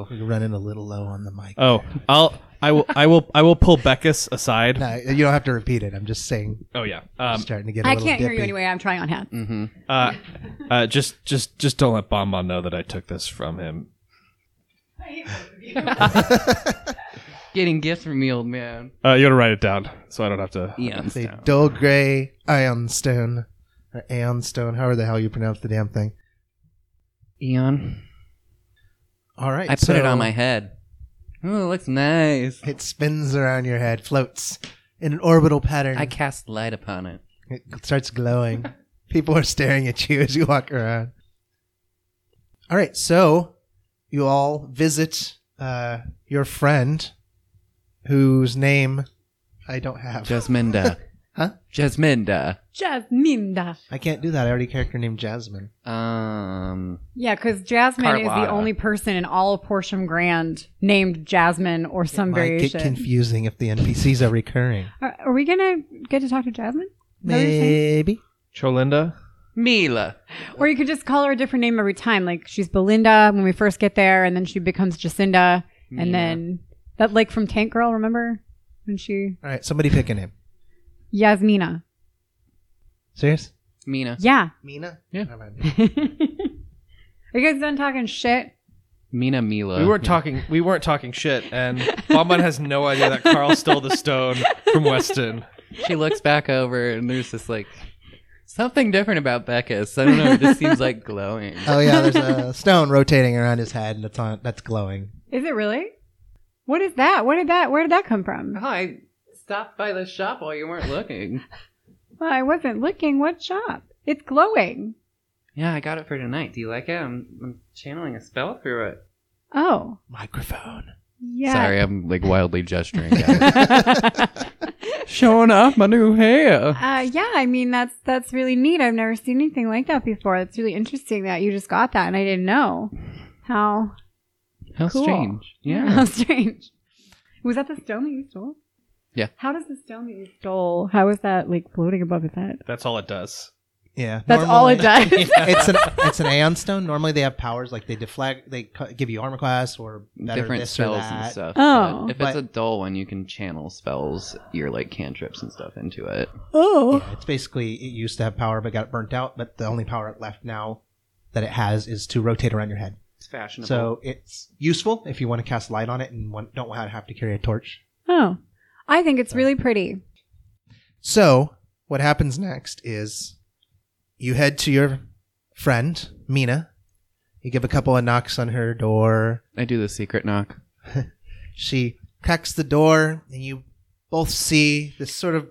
E: You're running a little low on the mic.
B: Oh, I'll I will I will I will pull Beckus aside.
E: No, you don't have to repeat it. I'm just saying,
B: Oh yeah,
E: I'm
B: um,
E: starting to get. I
C: I can't hear you anyway. I'm trying on hats.
A: Mm-hmm.
B: uh, uh, just just just don't let Bon Bon know that I took this from him.
A: Getting gifts from me, old man.
B: Uh, you gotta write it down so I don't have to.
A: Yeah.
E: It's a dull gray ion stone, or aeon stone, however the hell you pronounce the damn thing.
A: Eon.
E: All right,
A: I put it
E: so
A: on my head. Ooh, it looks nice.
E: It spins around your head, floats in an orbital pattern.
A: I cast light upon it.
E: It starts glowing. People are staring at you as you walk around. All right, so you all visit uh, your friend, whose name I don't have.
A: Jasminda.
E: Huh?
A: Jasminda.
C: Jasminda.
E: I can't do that. I already character named Jasmine.
A: Um.
C: Yeah, because Jasmine is
A: Carlotta.
C: the only person in all of Portion Grand named Jasmine or some
E: Might get
C: variation.
E: confusing if the NPCs are recurring.
C: Are, are we gonna get to talk to Jasmine? Is that what you're saying?
E: Maybe.
B: Cholinda.
A: Mila.
C: Or you could just call her a different name every time. Like she's Belinda when we first get there, and then she becomes Jacinda, and
A: Yeah.
C: then that like from Tank Girl, remember? When she
E: All right, somebody pick a name.
C: Yasmina.
E: Serious?
A: Mina.
C: Yeah.
E: Mina?
A: Yeah.
E: Never mind.
C: Are you guys done talking shit?
A: Mina Mila.
B: We weren't talking. We weren't talking shit, and Bonbon has no idea that Carl stole the stone from Weston.
A: She looks back over and there's just like something different about Beckus. I don't know. It just seems like glowing.
E: Oh yeah, there's a stone rotating around his head, and it's on. That's glowing.
C: Is it really? What is that? What did that? Where did that come from?
A: I stopped by the shop while you weren't looking.
C: Well, I wasn't looking. What shop? It's glowing.
A: Yeah, I got it for tonight. Do you like it? I'm, I'm channeling a spell through it.
C: Oh,
E: Microphone.
C: yeah.
A: Sorry, I'm like wildly gesturing. Showing off my new hair.
C: Uh, yeah, I mean that's that's really neat. I've never seen anything like that before. It's really interesting that you just got that, and I didn't know. How
A: How
C: Cool.
A: strange.
C: How
A: Yeah.
C: strange. Was that the stone that you stole?
A: Yeah.
C: How does the stone that you stole? How is that like floating above his head?
B: That's all it does.
E: Yeah.
C: That's all it
E: Normally-
C: does.
E: it's an it's an aeon stone. Normally they have powers like they deflect, they cu- give you armor class or better
A: Different
E: this
A: spells
E: or that.
A: and stuff.
C: Oh.
A: but if
E: But-
A: it's a dull one, you can channel spells, your like cantrips and stuff into it.
C: oh.
E: Yeah, it's basically it used to have power but got burnt out. But the only power left now that it has is to rotate around your head.
A: It's fashionable.
E: So it's useful if you want to cast light on it and want, don't want to have to carry a torch.
C: Oh. I think it's really pretty.
E: So what happens next is you head to your friend Mina. You give a couple of knocks on her door.
A: I do the secret knock.
E: She cracks the door, and you both see this sort of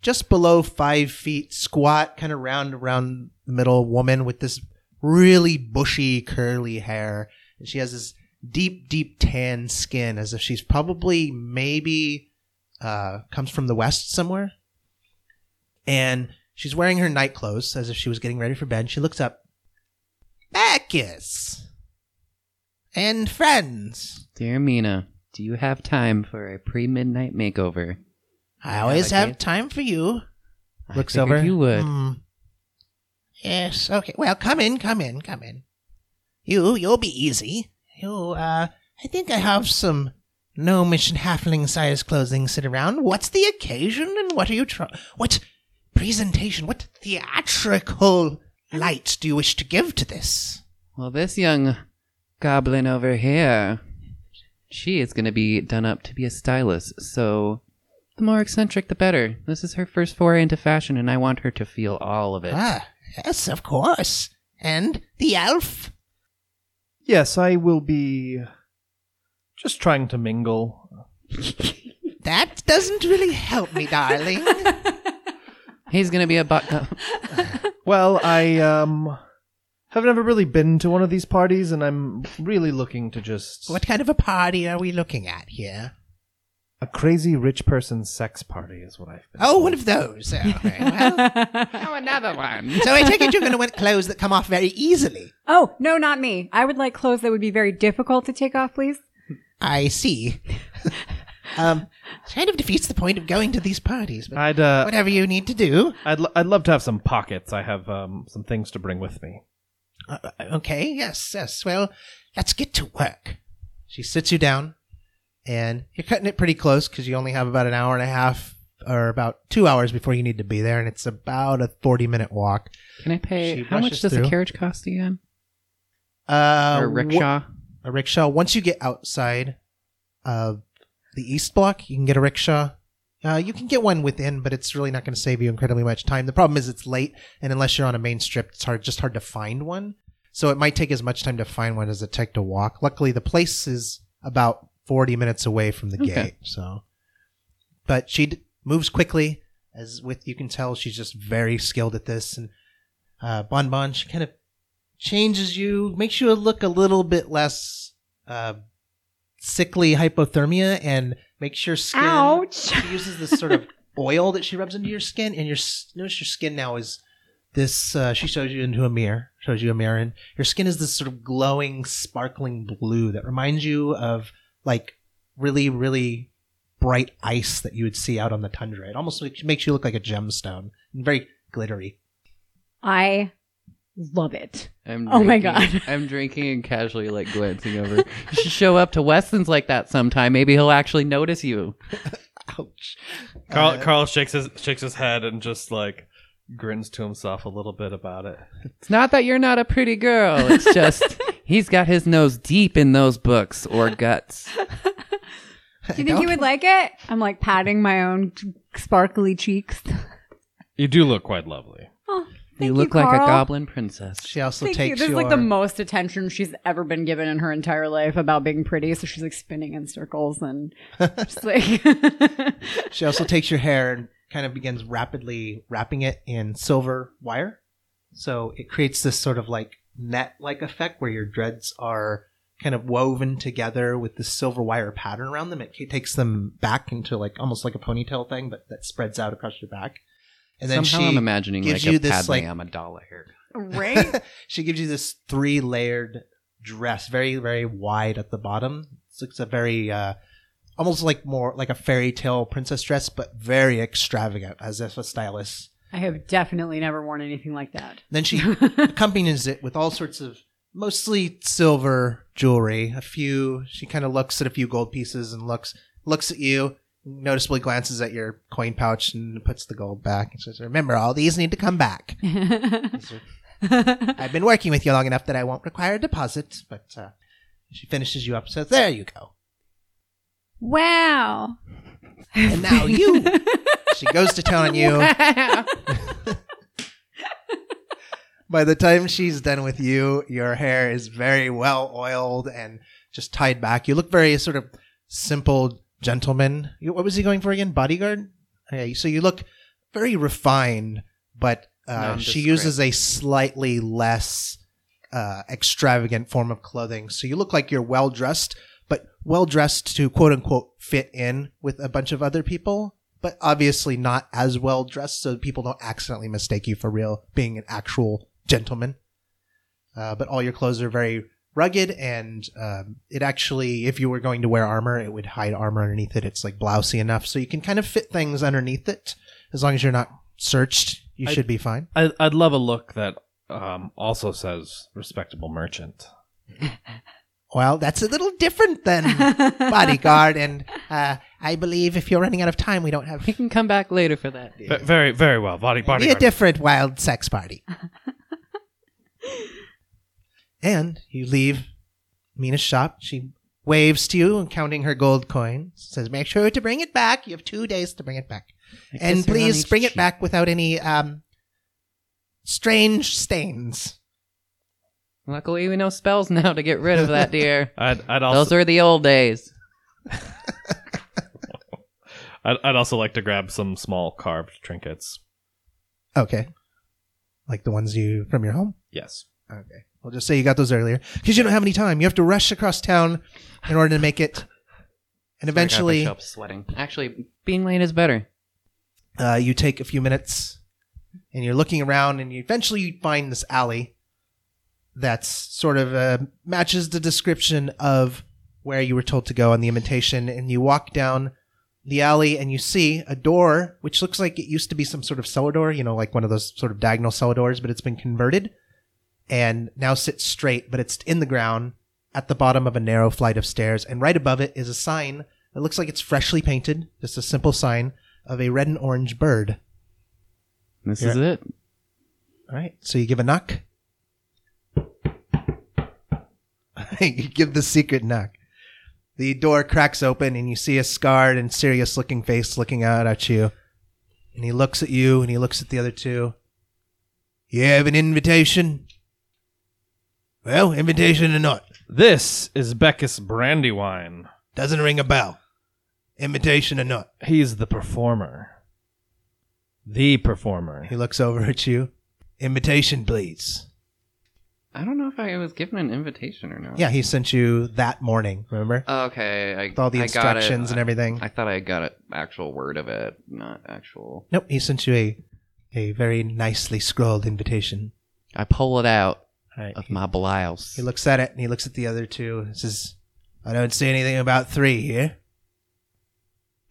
E: just below five feet squat, kind of round around the middle woman with this really bushy, curly hair. And she has this deep, deep tan skin as if she's probably maybe uh, comes from the West somewhere. And she's wearing her night clothes as if she was getting ready for bed. She looks up. Bacchus! And friends!
A: Dear Mina, do you have time for a pre midnight makeover?
E: I always
A: like
E: have
A: it.
E: time for you.
A: I
E: Looks
A: figured
E: over.
A: You would.
E: Hmm. Yes. Okay. Well, come in. Come in. Come in. You. You'll be easy. You. Uh. I think I have some gnomish and halfling size clothing sit around. What's the occasion, and what are you trying? What presentation? What theatrical light do you wish to give to this?
A: Well, this young goblin over here, she is going to be done up to be a stylist, so the more eccentric, the better. This is her first foray into fashion, and I want her to feel all of it.
E: Ah. Yes. Of course. And the elf.
B: Yes, I will be just trying to mingle.
E: That doesn't really help me, darling.
A: He's going to be a bot.
B: Well, I um have never really been to one of these parties and I'm really looking to just
E: what kind of a party are we looking at here?
B: a crazy rich person's sex party is what I've been.
E: Oh,
B: told.
E: one of those. Okay, well.
A: oh, another one.
E: so I take it you're going to want clothes that come off very easily.
C: Oh, no, not me. I would like clothes that would be very difficult to take off, please.
E: I see. um, kind of defeats the point of going to these parties, but
B: I'd uh
E: whatever you need to do.
B: I'd, l- I'd love to have some pockets. I have um, some things to bring with me.
E: Uh, okay, yes, yes. Well, let's get to work. She sits you down, and you're cutting it pretty close because you only have about an hour and a half or about two hours before you need to be there, and it's about a 40 minute walk.
A: Can I pay?
E: She
A: How much
E: rushes
A: does
E: through.
A: a carriage cost again?
E: Uh,
A: or a
E: wh-
A: rickshaw?
E: a rickshaw. Once you get outside of the East Block, you can get a rickshaw. Uh, you can get one within, but it's really not going to save you incredibly much time. The problem is it's late, and unless you're on a main strip, it's hard just hard to find one. So it might take as much time to find one as it take to walk. Luckily, the place is about 40 minutes away from the
A: Okay.
E: gate. So, but she d- moves quickly, as with you can tell, she's just very skilled at this. And uh, Bon Bon, she kind of changes you, makes you look a little bit less uh, sickly hypothermia, and makes your skin.
D: Ouch.
E: She uses this sort of oil that she rubs into your skin, and your s- notice your skin now is this. Uh, she shows you into a mirror, shows you a mirror, and your skin is this sort of glowing, sparkling blue that reminds you of like really, really bright ice that you would see out on the tundra. It almost makes- makes you look like a gemstone, and very glittery.
C: I love it.
A: I'm
C: Oh my
A: drinking-
C: God.
A: I'm drinking and casually like glancing over. you should show up to Weston's like that sometime. Maybe he'll actually notice you.
E: Ouch.
B: Carl,
E: Uh,
B: Carl shakes his shakes his head and just like grins to himself a little bit about it.
A: It's not that you're not a pretty girl. It's just he's got his nose deep in those books or guts.
C: Do you think you would like it? I'm like patting my own sparkly cheeks.
B: You do look quite lovely.
C: Oh, thank
A: you look like a
C: Carl.
A: goblin princess.
E: She also
C: Thank you.
E: takes
C: This is
E: your.
C: like the most attention she's ever been given in her entire life about being pretty. So she's like spinning in circles and just like
E: She also takes your hair and kind of begins rapidly wrapping it in silver wire. So it creates this sort of like net like effect where your dreads are kind of woven together with this silver wire pattern around them. It takes them back into like almost like a ponytail thing, but that spreads out across your back. And then
A: Somehow
E: she
A: I'm imagining
E: gives
A: like a
E: you this,
A: Padme
E: like-
A: Amidala haircut.
C: right.
E: she gives you this three layered dress, very very wide at the bottom. It's, it's a very uh, almost like more like a fairy tale princess dress, but very extravagant, as if a stylist.
C: I have definitely never worn anything like that.
E: Then she accompanies it with all sorts of mostly silver jewelry. A few. She kind of looks at a few gold pieces and looks looks at you. Noticeably glances at your coin pouch and puts the gold back and says, "Remember, all these need to come back." I've been working with you long enough that I won't require a deposit, but uh, she finishes you up. So there you go.
C: wow.
E: And now you. she goes to town on you. By the time she's done with you, your hair is very well oiled and just tied back. You look very sort of simple gentleman. You- What was he going for again? Bodyguard. Okay, so you look very refined, but uh, she
A: Nondescript.
E: uses a slightly less uh, extravagant form of clothing. So you look like you're well dressed, but well dressed to quote unquote fit in with a bunch of other people, but obviously not as well dressed so people don't accidentally mistake you for real being an actual gentleman. Uh, but all your clothes are very rugged, and um, it actually, if you were going to wear armor, it would hide armor underneath it. It's like blousy enough, so you can kind of fit things underneath it as long as you're not searched. You
B: I-
E: should be fine.
B: I, I'd love a look that um, also says respectable merchant.
E: Well, that's a little different than bodyguard, and uh, I believe if you're running out of time, we don't have
A: We can come back later for that. Dude.
B: Ve- very, very well. Body, body.
E: be a different wild sex party. and you leave Mina's shop. She waves to you, counting her gold coins. Says, "Make sure to bring it back. You have two days to bring it back,
A: kiss
E: and
A: her on
E: please
A: each
E: bring it
A: cheek.
E: back without any um, strange stains."
A: Luckily, we know spells now to get rid of that deer.
B: I'd, I'd
A: Those
B: also,
A: were the old days.
B: I'd, I'd also like to grab some small carved trinkets.
E: Okay, like the ones you from your home.
B: Yes.
E: Okay, we'll just say you got those earlier because you don't have any time. You have to rush across town in order to make it, and eventually.
A: sweating. Actually, being late is better.
E: uh, you take a few minutes and you're looking around and you eventually you find this alley that's sort of uh, matches the description of where you were told to go on the invitation and you walk down the alley and you see a door which looks like it used to be some sort of cellar door you know like one of those sort of diagonal cellar doors but it's been converted and now sits straight but it's in the ground at the bottom of a narrow flight of stairs and right above it is a sign that looks like it's freshly painted just a simple sign of a red and orange bird.
A: This is it.
E: All right. So you give a knock. you give the secret knock. The door cracks open and you see a scarred and serious looking face looking out at you. And he looks at you and he looks at the other two. You have an invitation? Well, invitation or not,
B: This is Beckus Brandywine.
E: doesn't ring a bell. Invitation or not.
B: He's the performer. The performer.
E: He looks over at you. Invitation, please.
A: I don't know if I was given an invitation or not.
E: Yeah, he sent you that morning, remember?
A: Okay. I,
E: With all the
A: I got it.
E: instructions
A: I-
E: and everything.
A: I thought I got an actual word of it, not actual.
E: Nope, he sent you a a very nicely scrolled invitation.
A: I pull it out
E: All right.
A: of
E: He,
A: my blouse.
E: he looks at it and he looks at the other two and says, I don't see anything about three here.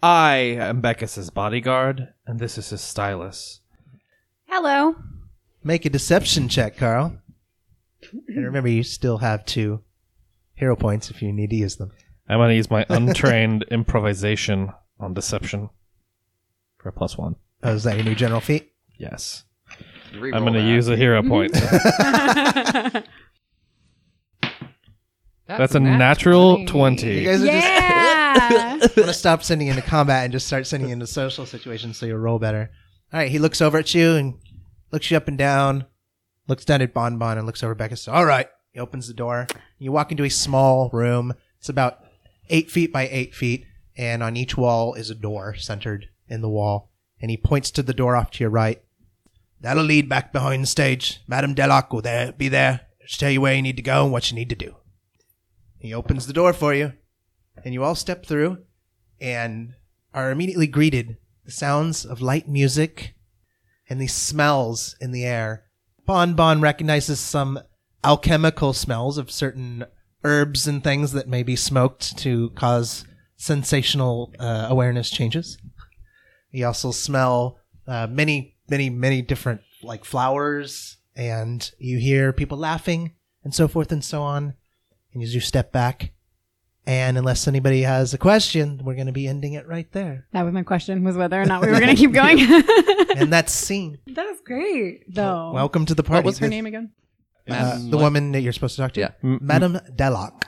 B: I am Beckus's bodyguard, and this is his stylus.
C: Hello.
E: Make a deception check, Carl. And remember, you still have two hero points if you need to use them.
B: I'm going to use my untrained improvisation on deception for a plus one.
E: Oh, is that your new general feat?
B: Yes.
A: Reroll
B: I'm going to
A: that.
B: use a hero point. That's a
A: nat
B: natural 20.
E: You guys are
C: Yeah.
E: just want to stop sending into combat and just start sending into social situations so you'll roll better. All right, he looks over at you and looks you up and down, looks down at Bon Bon and looks over back and says, All right. He opens the door. You walk into a small room. It's about eight feet by eight feet, and on each wall is a door centered in the wall. And he points to the door off to your right. That'll lead back behind the stage. Madame Delac will there, be there to tell you where you need to go and what you need to do. He opens the door for you, and you all step through and are immediately greeted the sounds of light music and the smells in the air. Bon Bon recognizes some alchemical smells of certain herbs and things that may be smoked to cause sensational uh, awareness changes. You also smell uh, many, many, many different like flowers, and you hear people laughing and so forth and so on. And as you step back, and unless anybody has a question, we're going to be ending it right there.
C: That was my question: was whether or not we were going to keep going. that
E: And that's scene.
C: was great, though.
E: Welcome to the party.
A: What was her
E: The-
A: name again?
E: Uh,
A: Madam
E: the
A: what?
E: woman that you're supposed to talk to.
A: Yeah.
B: M-
E: Madame Deloc.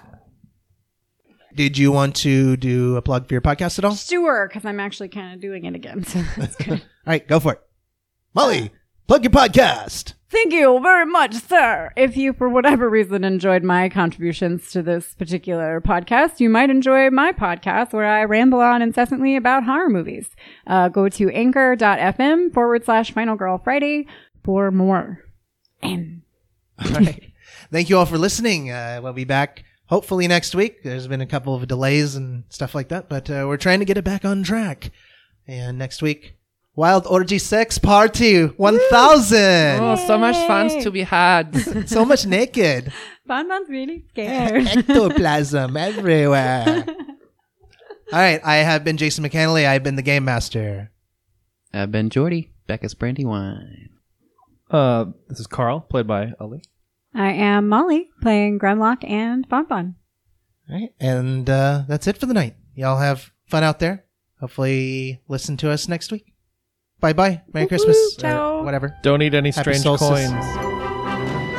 E: Did you want to do a plug for your podcast at all? All
C: sure, because I'm actually kind of doing it again. So that's good.
E: Ah. right, go for it. Molly, plug your podcast.
C: Thank you very much, sir. If you, for whatever reason, enjoyed my contributions to this particular podcast, you might enjoy my podcast where I ramble on incessantly about horror movies. Uh, go to anchor.fm forward slash final girl Friday for more. And
E: Thank you all for listening. Uh, we'll be back hopefully next week. There's been a couple of delays and stuff like that, but uh, we're trying to get it back on track. And next week, Wild Orgy Sex Party 1000.
A: Oh, so much fun to be had.
E: so much naked.
C: Bonbon's really scared.
E: Ectoplasm everywhere. All right, I have been Jason McAnally. I've been the Game Master.
A: I've been Jordy, Becca's Brandywine.
B: Uh, this is Carl, played by Ali.
C: I am Molly playing Gremlock and Bonbon.
E: All right, and uh, that's it for the night. Y'all have fun out there. Hopefully, listen to us next week. Bye bye. Merry Christmas. or
C: Ciao.
E: Whatever.
B: Don't eat any
E: Happy
B: strange
E: solstice.
B: coins.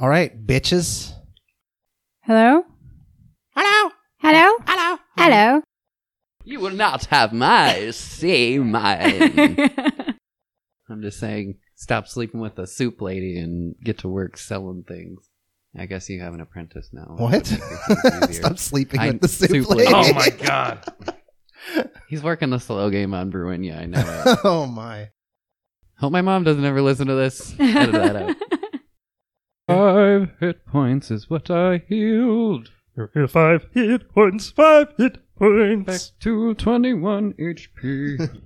E: All right, bitches.
C: Hello?
F: Hello?
C: Hello?
F: Hello?
C: Hello?
A: You will not have my say mine.
F: Mm-hmm.
A: I'm just saying, stop sleeping with the soup lady and get to work selling things. I guess you have an apprentice now.
E: What? Stop
A: Stop.
E: sleeping
A: I'm
E: with the soup,
A: soup
E: lady.
A: lady.
B: Oh my god.
A: He's working the slow game on Bruin. Yeah, I know. it.
E: oh my.
A: Hope my mom doesn't ever listen to this. Edit that out. Five hit points is what I healed.
B: Five hit points. Five hit
A: Back
B: points.
A: to 21 HP.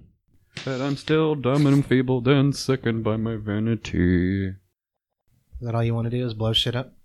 A: but I'm still dumb and enfeebled and sickened by my vanity.
E: Is that all you want to do is blow shit up?